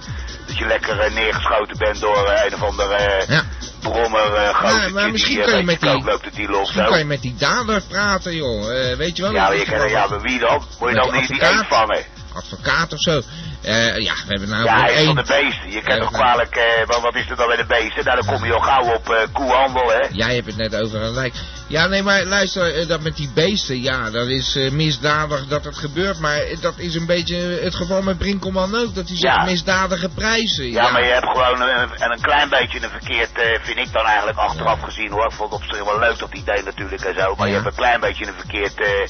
Speaker 12: dat je lekker eh, neergeschoten bent door eh, een of ander... eh
Speaker 2: Ja.
Speaker 12: Brommer, eh gozer
Speaker 2: maar
Speaker 12: die,
Speaker 2: misschien
Speaker 12: eh,
Speaker 2: kan je
Speaker 12: weet
Speaker 2: met die-
Speaker 12: ook loopt te dealen of
Speaker 2: Misschien
Speaker 12: zo.
Speaker 2: kan je met die dader praten, joh. Eh, weet je wel?
Speaker 12: Ja,
Speaker 2: dat
Speaker 12: maar je
Speaker 2: is
Speaker 12: kan,
Speaker 2: gewoon-
Speaker 12: ja, maar wie dan? Moet
Speaker 2: Met
Speaker 12: je dan
Speaker 2: die
Speaker 12: niet die
Speaker 2: advocaat?
Speaker 12: eend vangen?
Speaker 2: advocaat of zo. Eh, ja, we hebben nou
Speaker 12: Ja,
Speaker 2: voor
Speaker 12: hij is van
Speaker 2: één...
Speaker 12: de beesten. Je kent
Speaker 2: Ja,
Speaker 12: toch
Speaker 2: maar-
Speaker 12: kwalijk, eh, wat- wat is er dan bij de beesten? Nou, dan kom je al gauw op eh, koehandel, hè?
Speaker 2: Jij hebt het net over een lijk. Ja, nee, maar luister, eh, dat met die beesten, ja, dat is eh, misdadig dat het gebeurt. Maar eh, dat is een beetje het geval met Brinkelman ook. Dat hij zegt
Speaker 12: Ja.
Speaker 2: misdadige prijzen.
Speaker 12: Ja, maar je hebt gewoon een, en een klein beetje een verkeerd, eh, vind ik dan eigenlijk achteraf gezien hoor. Ik vond het op zich wel leuk dat idee natuurlijk en zo. Maar je
Speaker 2: Ja.
Speaker 12: hebt een klein beetje een verkeerd, eh,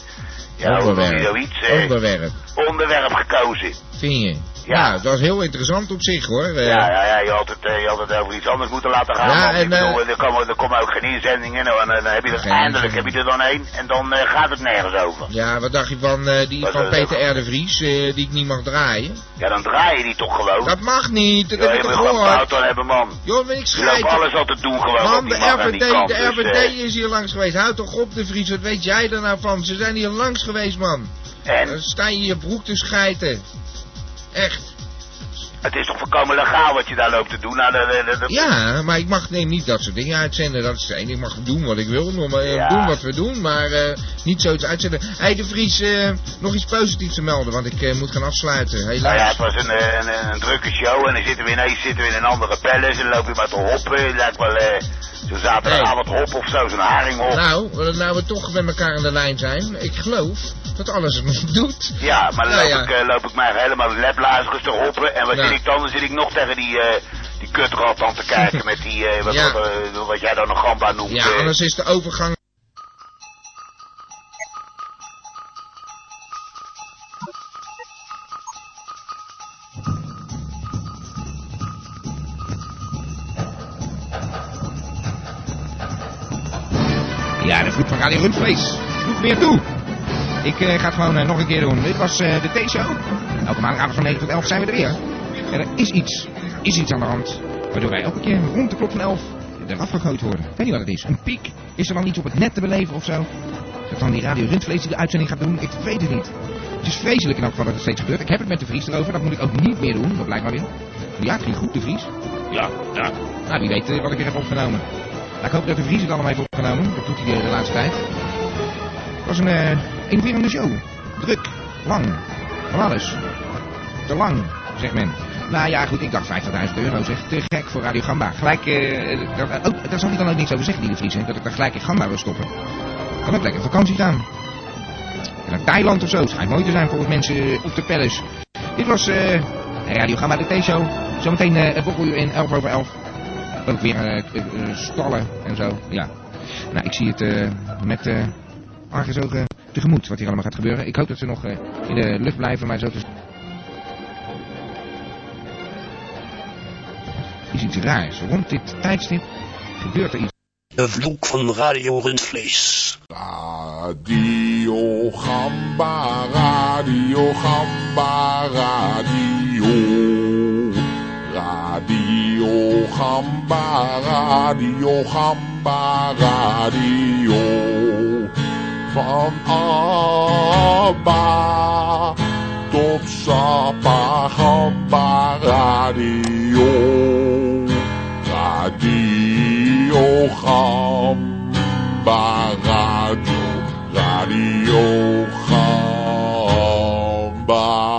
Speaker 12: ja, hoe noem je
Speaker 2: onderwerp.
Speaker 12: zoiets? eh,
Speaker 2: onderwerp,
Speaker 12: onderwerp gekozen.
Speaker 2: vind je?
Speaker 12: Ja.
Speaker 2: Nou, dat is heel interessant op zich, hoor. Eh,
Speaker 12: Ja, ja, ja, je had het, eh, je had het over iets anders moeten laten gaan.
Speaker 2: Ja,
Speaker 12: want
Speaker 2: en,
Speaker 12: ik bedoel,
Speaker 2: eh,
Speaker 12: er komen, er komen ook geen inzendingen. Nou, en dan heb je er,
Speaker 2: Geen
Speaker 12: eindelijk heb
Speaker 2: inzendingen.
Speaker 12: je er dan één en dan eh, gaat het nergens over.
Speaker 2: Ja, wat dacht je van eh, die
Speaker 12: Wat
Speaker 2: van
Speaker 12: een-
Speaker 2: Peter R. de Vries, eh, die ik niet mag draaien?
Speaker 12: Ja, dan draai je die toch gewoon.
Speaker 2: Dat mag niet, dat
Speaker 12: Ja,
Speaker 2: heb
Speaker 12: je
Speaker 2: ik
Speaker 12: moet
Speaker 2: toch
Speaker 12: gewoon
Speaker 2: gehoord.
Speaker 12: fout aan hebben, man.
Speaker 2: Joh, ben ik
Speaker 12: Je loopt
Speaker 2: schrijven.
Speaker 12: alles al te doen gewoon op
Speaker 2: Man, de
Speaker 12: die man aan die
Speaker 2: RVD,
Speaker 12: kant.
Speaker 2: de
Speaker 12: dus,
Speaker 2: RVD
Speaker 12: eh,
Speaker 2: is hier langs geweest. Houd toch op, de Vries, wat weet jij er nou van? Ze zijn hier langs geweest, man.
Speaker 12: En?
Speaker 2: Dan sta je je broek te schijten. Echt.
Speaker 12: Het is toch voorkomen legaal wat je daar loopt te doen? Nou, dat, dat- dat-
Speaker 2: Ja, maar ik mag nee, niet dat soort dingen uitzenden. Dat is één. Ik mag doen wat ik wil, nog maar, eh,
Speaker 12: Ja.
Speaker 2: doen wat we doen, maar eh, niet zoiets uitzenden. Hé, de Vries, eh, nog iets positiefs te melden, want ik eh, moet gaan afsluiten.
Speaker 12: Nou ja,
Speaker 2: Helaas.
Speaker 12: het was een, eh, een, een, een drukke show en dan zitten we ineens zitten we in een andere palace en lopen we maar te hoppen. Het lijkt wel eh, zo'n zaterdagavond hop of zo, zo'n haringhop.
Speaker 2: Nou, eh, nou we toch met elkaar aan de lijn zijn. Ik geloof dat alles het nog doet.
Speaker 12: Ja, maar dan
Speaker 2: Nou
Speaker 12: loop,
Speaker 2: ja.
Speaker 12: Ik, eh, loop ik mij helemaal leplazig te hoppen en wat
Speaker 2: Ja.
Speaker 12: zit ik dan? Dan zit ik nog tegen die, eh die kutrat aan te kijken met die, eh, wat,
Speaker 2: Ja.
Speaker 12: wat, eh, wat jij dan een gamba noemt.
Speaker 2: Ja,
Speaker 12: eh.
Speaker 2: anders is de overgang. Ja, de groep van Radio Rundvlees. Doe weer toe. Ik eh, ga het gewoon eh, nog een keer doen. Dit was eh, de T-show. Elke maandagavond van 9 tot 11 zijn we er weer. En er is iets, is iets aan de hand. Waardoor wij elke keer rond de klok van 11 eraf gegooid worden. Weet je wat het is? Een piek? Is er dan iets op het net te beleven of zo? Is het dan die Radio Rundvlees die de uitzending gaat doen? Ik weet het niet. Het is vreselijk in elk geval dat het steeds gebeurt. Ik heb het met de Vries erover. Dat moet ik ook niet meer doen. Dat blijkt maar weer. Ja, het ging goed, de Vries. Ja, ja. Nou, wie weet eh, wat ik weer heb opgenomen. Nou, ik hoop dat de Vries het allemaal heeft opgenomen. Dat doet hij eh, de laatste tijd. Het was een eh innoverende show. Druk, lang, van alles. Te lang, zegt men. Nou ja, goed, ik dacht 50.000 euro, zeg. Te gek voor Radio Gamba. Gelijk, eh, dat- ook- daar zal hij dan ook niks over zeggen, die de Vries, hè. Dat ik dan gelijk in Gamba wil stoppen. Kan ook lekker vakantie gaan. En naar Thailand of zo. Het schijnt mooi te zijn volgens mensen eh, op de palace. Dit was eh Radio Gamma de T-show. Zometeen eh het bokkeluur in 11 over 11. Ook weer eh, eh, eh, stallen en zo. Ja. Nou, ik zie het eh, met eh argusogen tegemoet wat hier allemaal gaat gebeuren. Ik hoop dat ze nog eh, in de lucht blijven, maar zo te... is iets raars. Rond dit tijdstip gebeurt er iets.
Speaker 13: De vloek van Radio Rundvlees.
Speaker 14: Radio Gamba, Radio Gamba, Radio. Radio Gamba, Radio Gamba, Radio. Van Abba tot Sapa Gamba, Radio. Radio Gamba, Radio. Radio Gamba.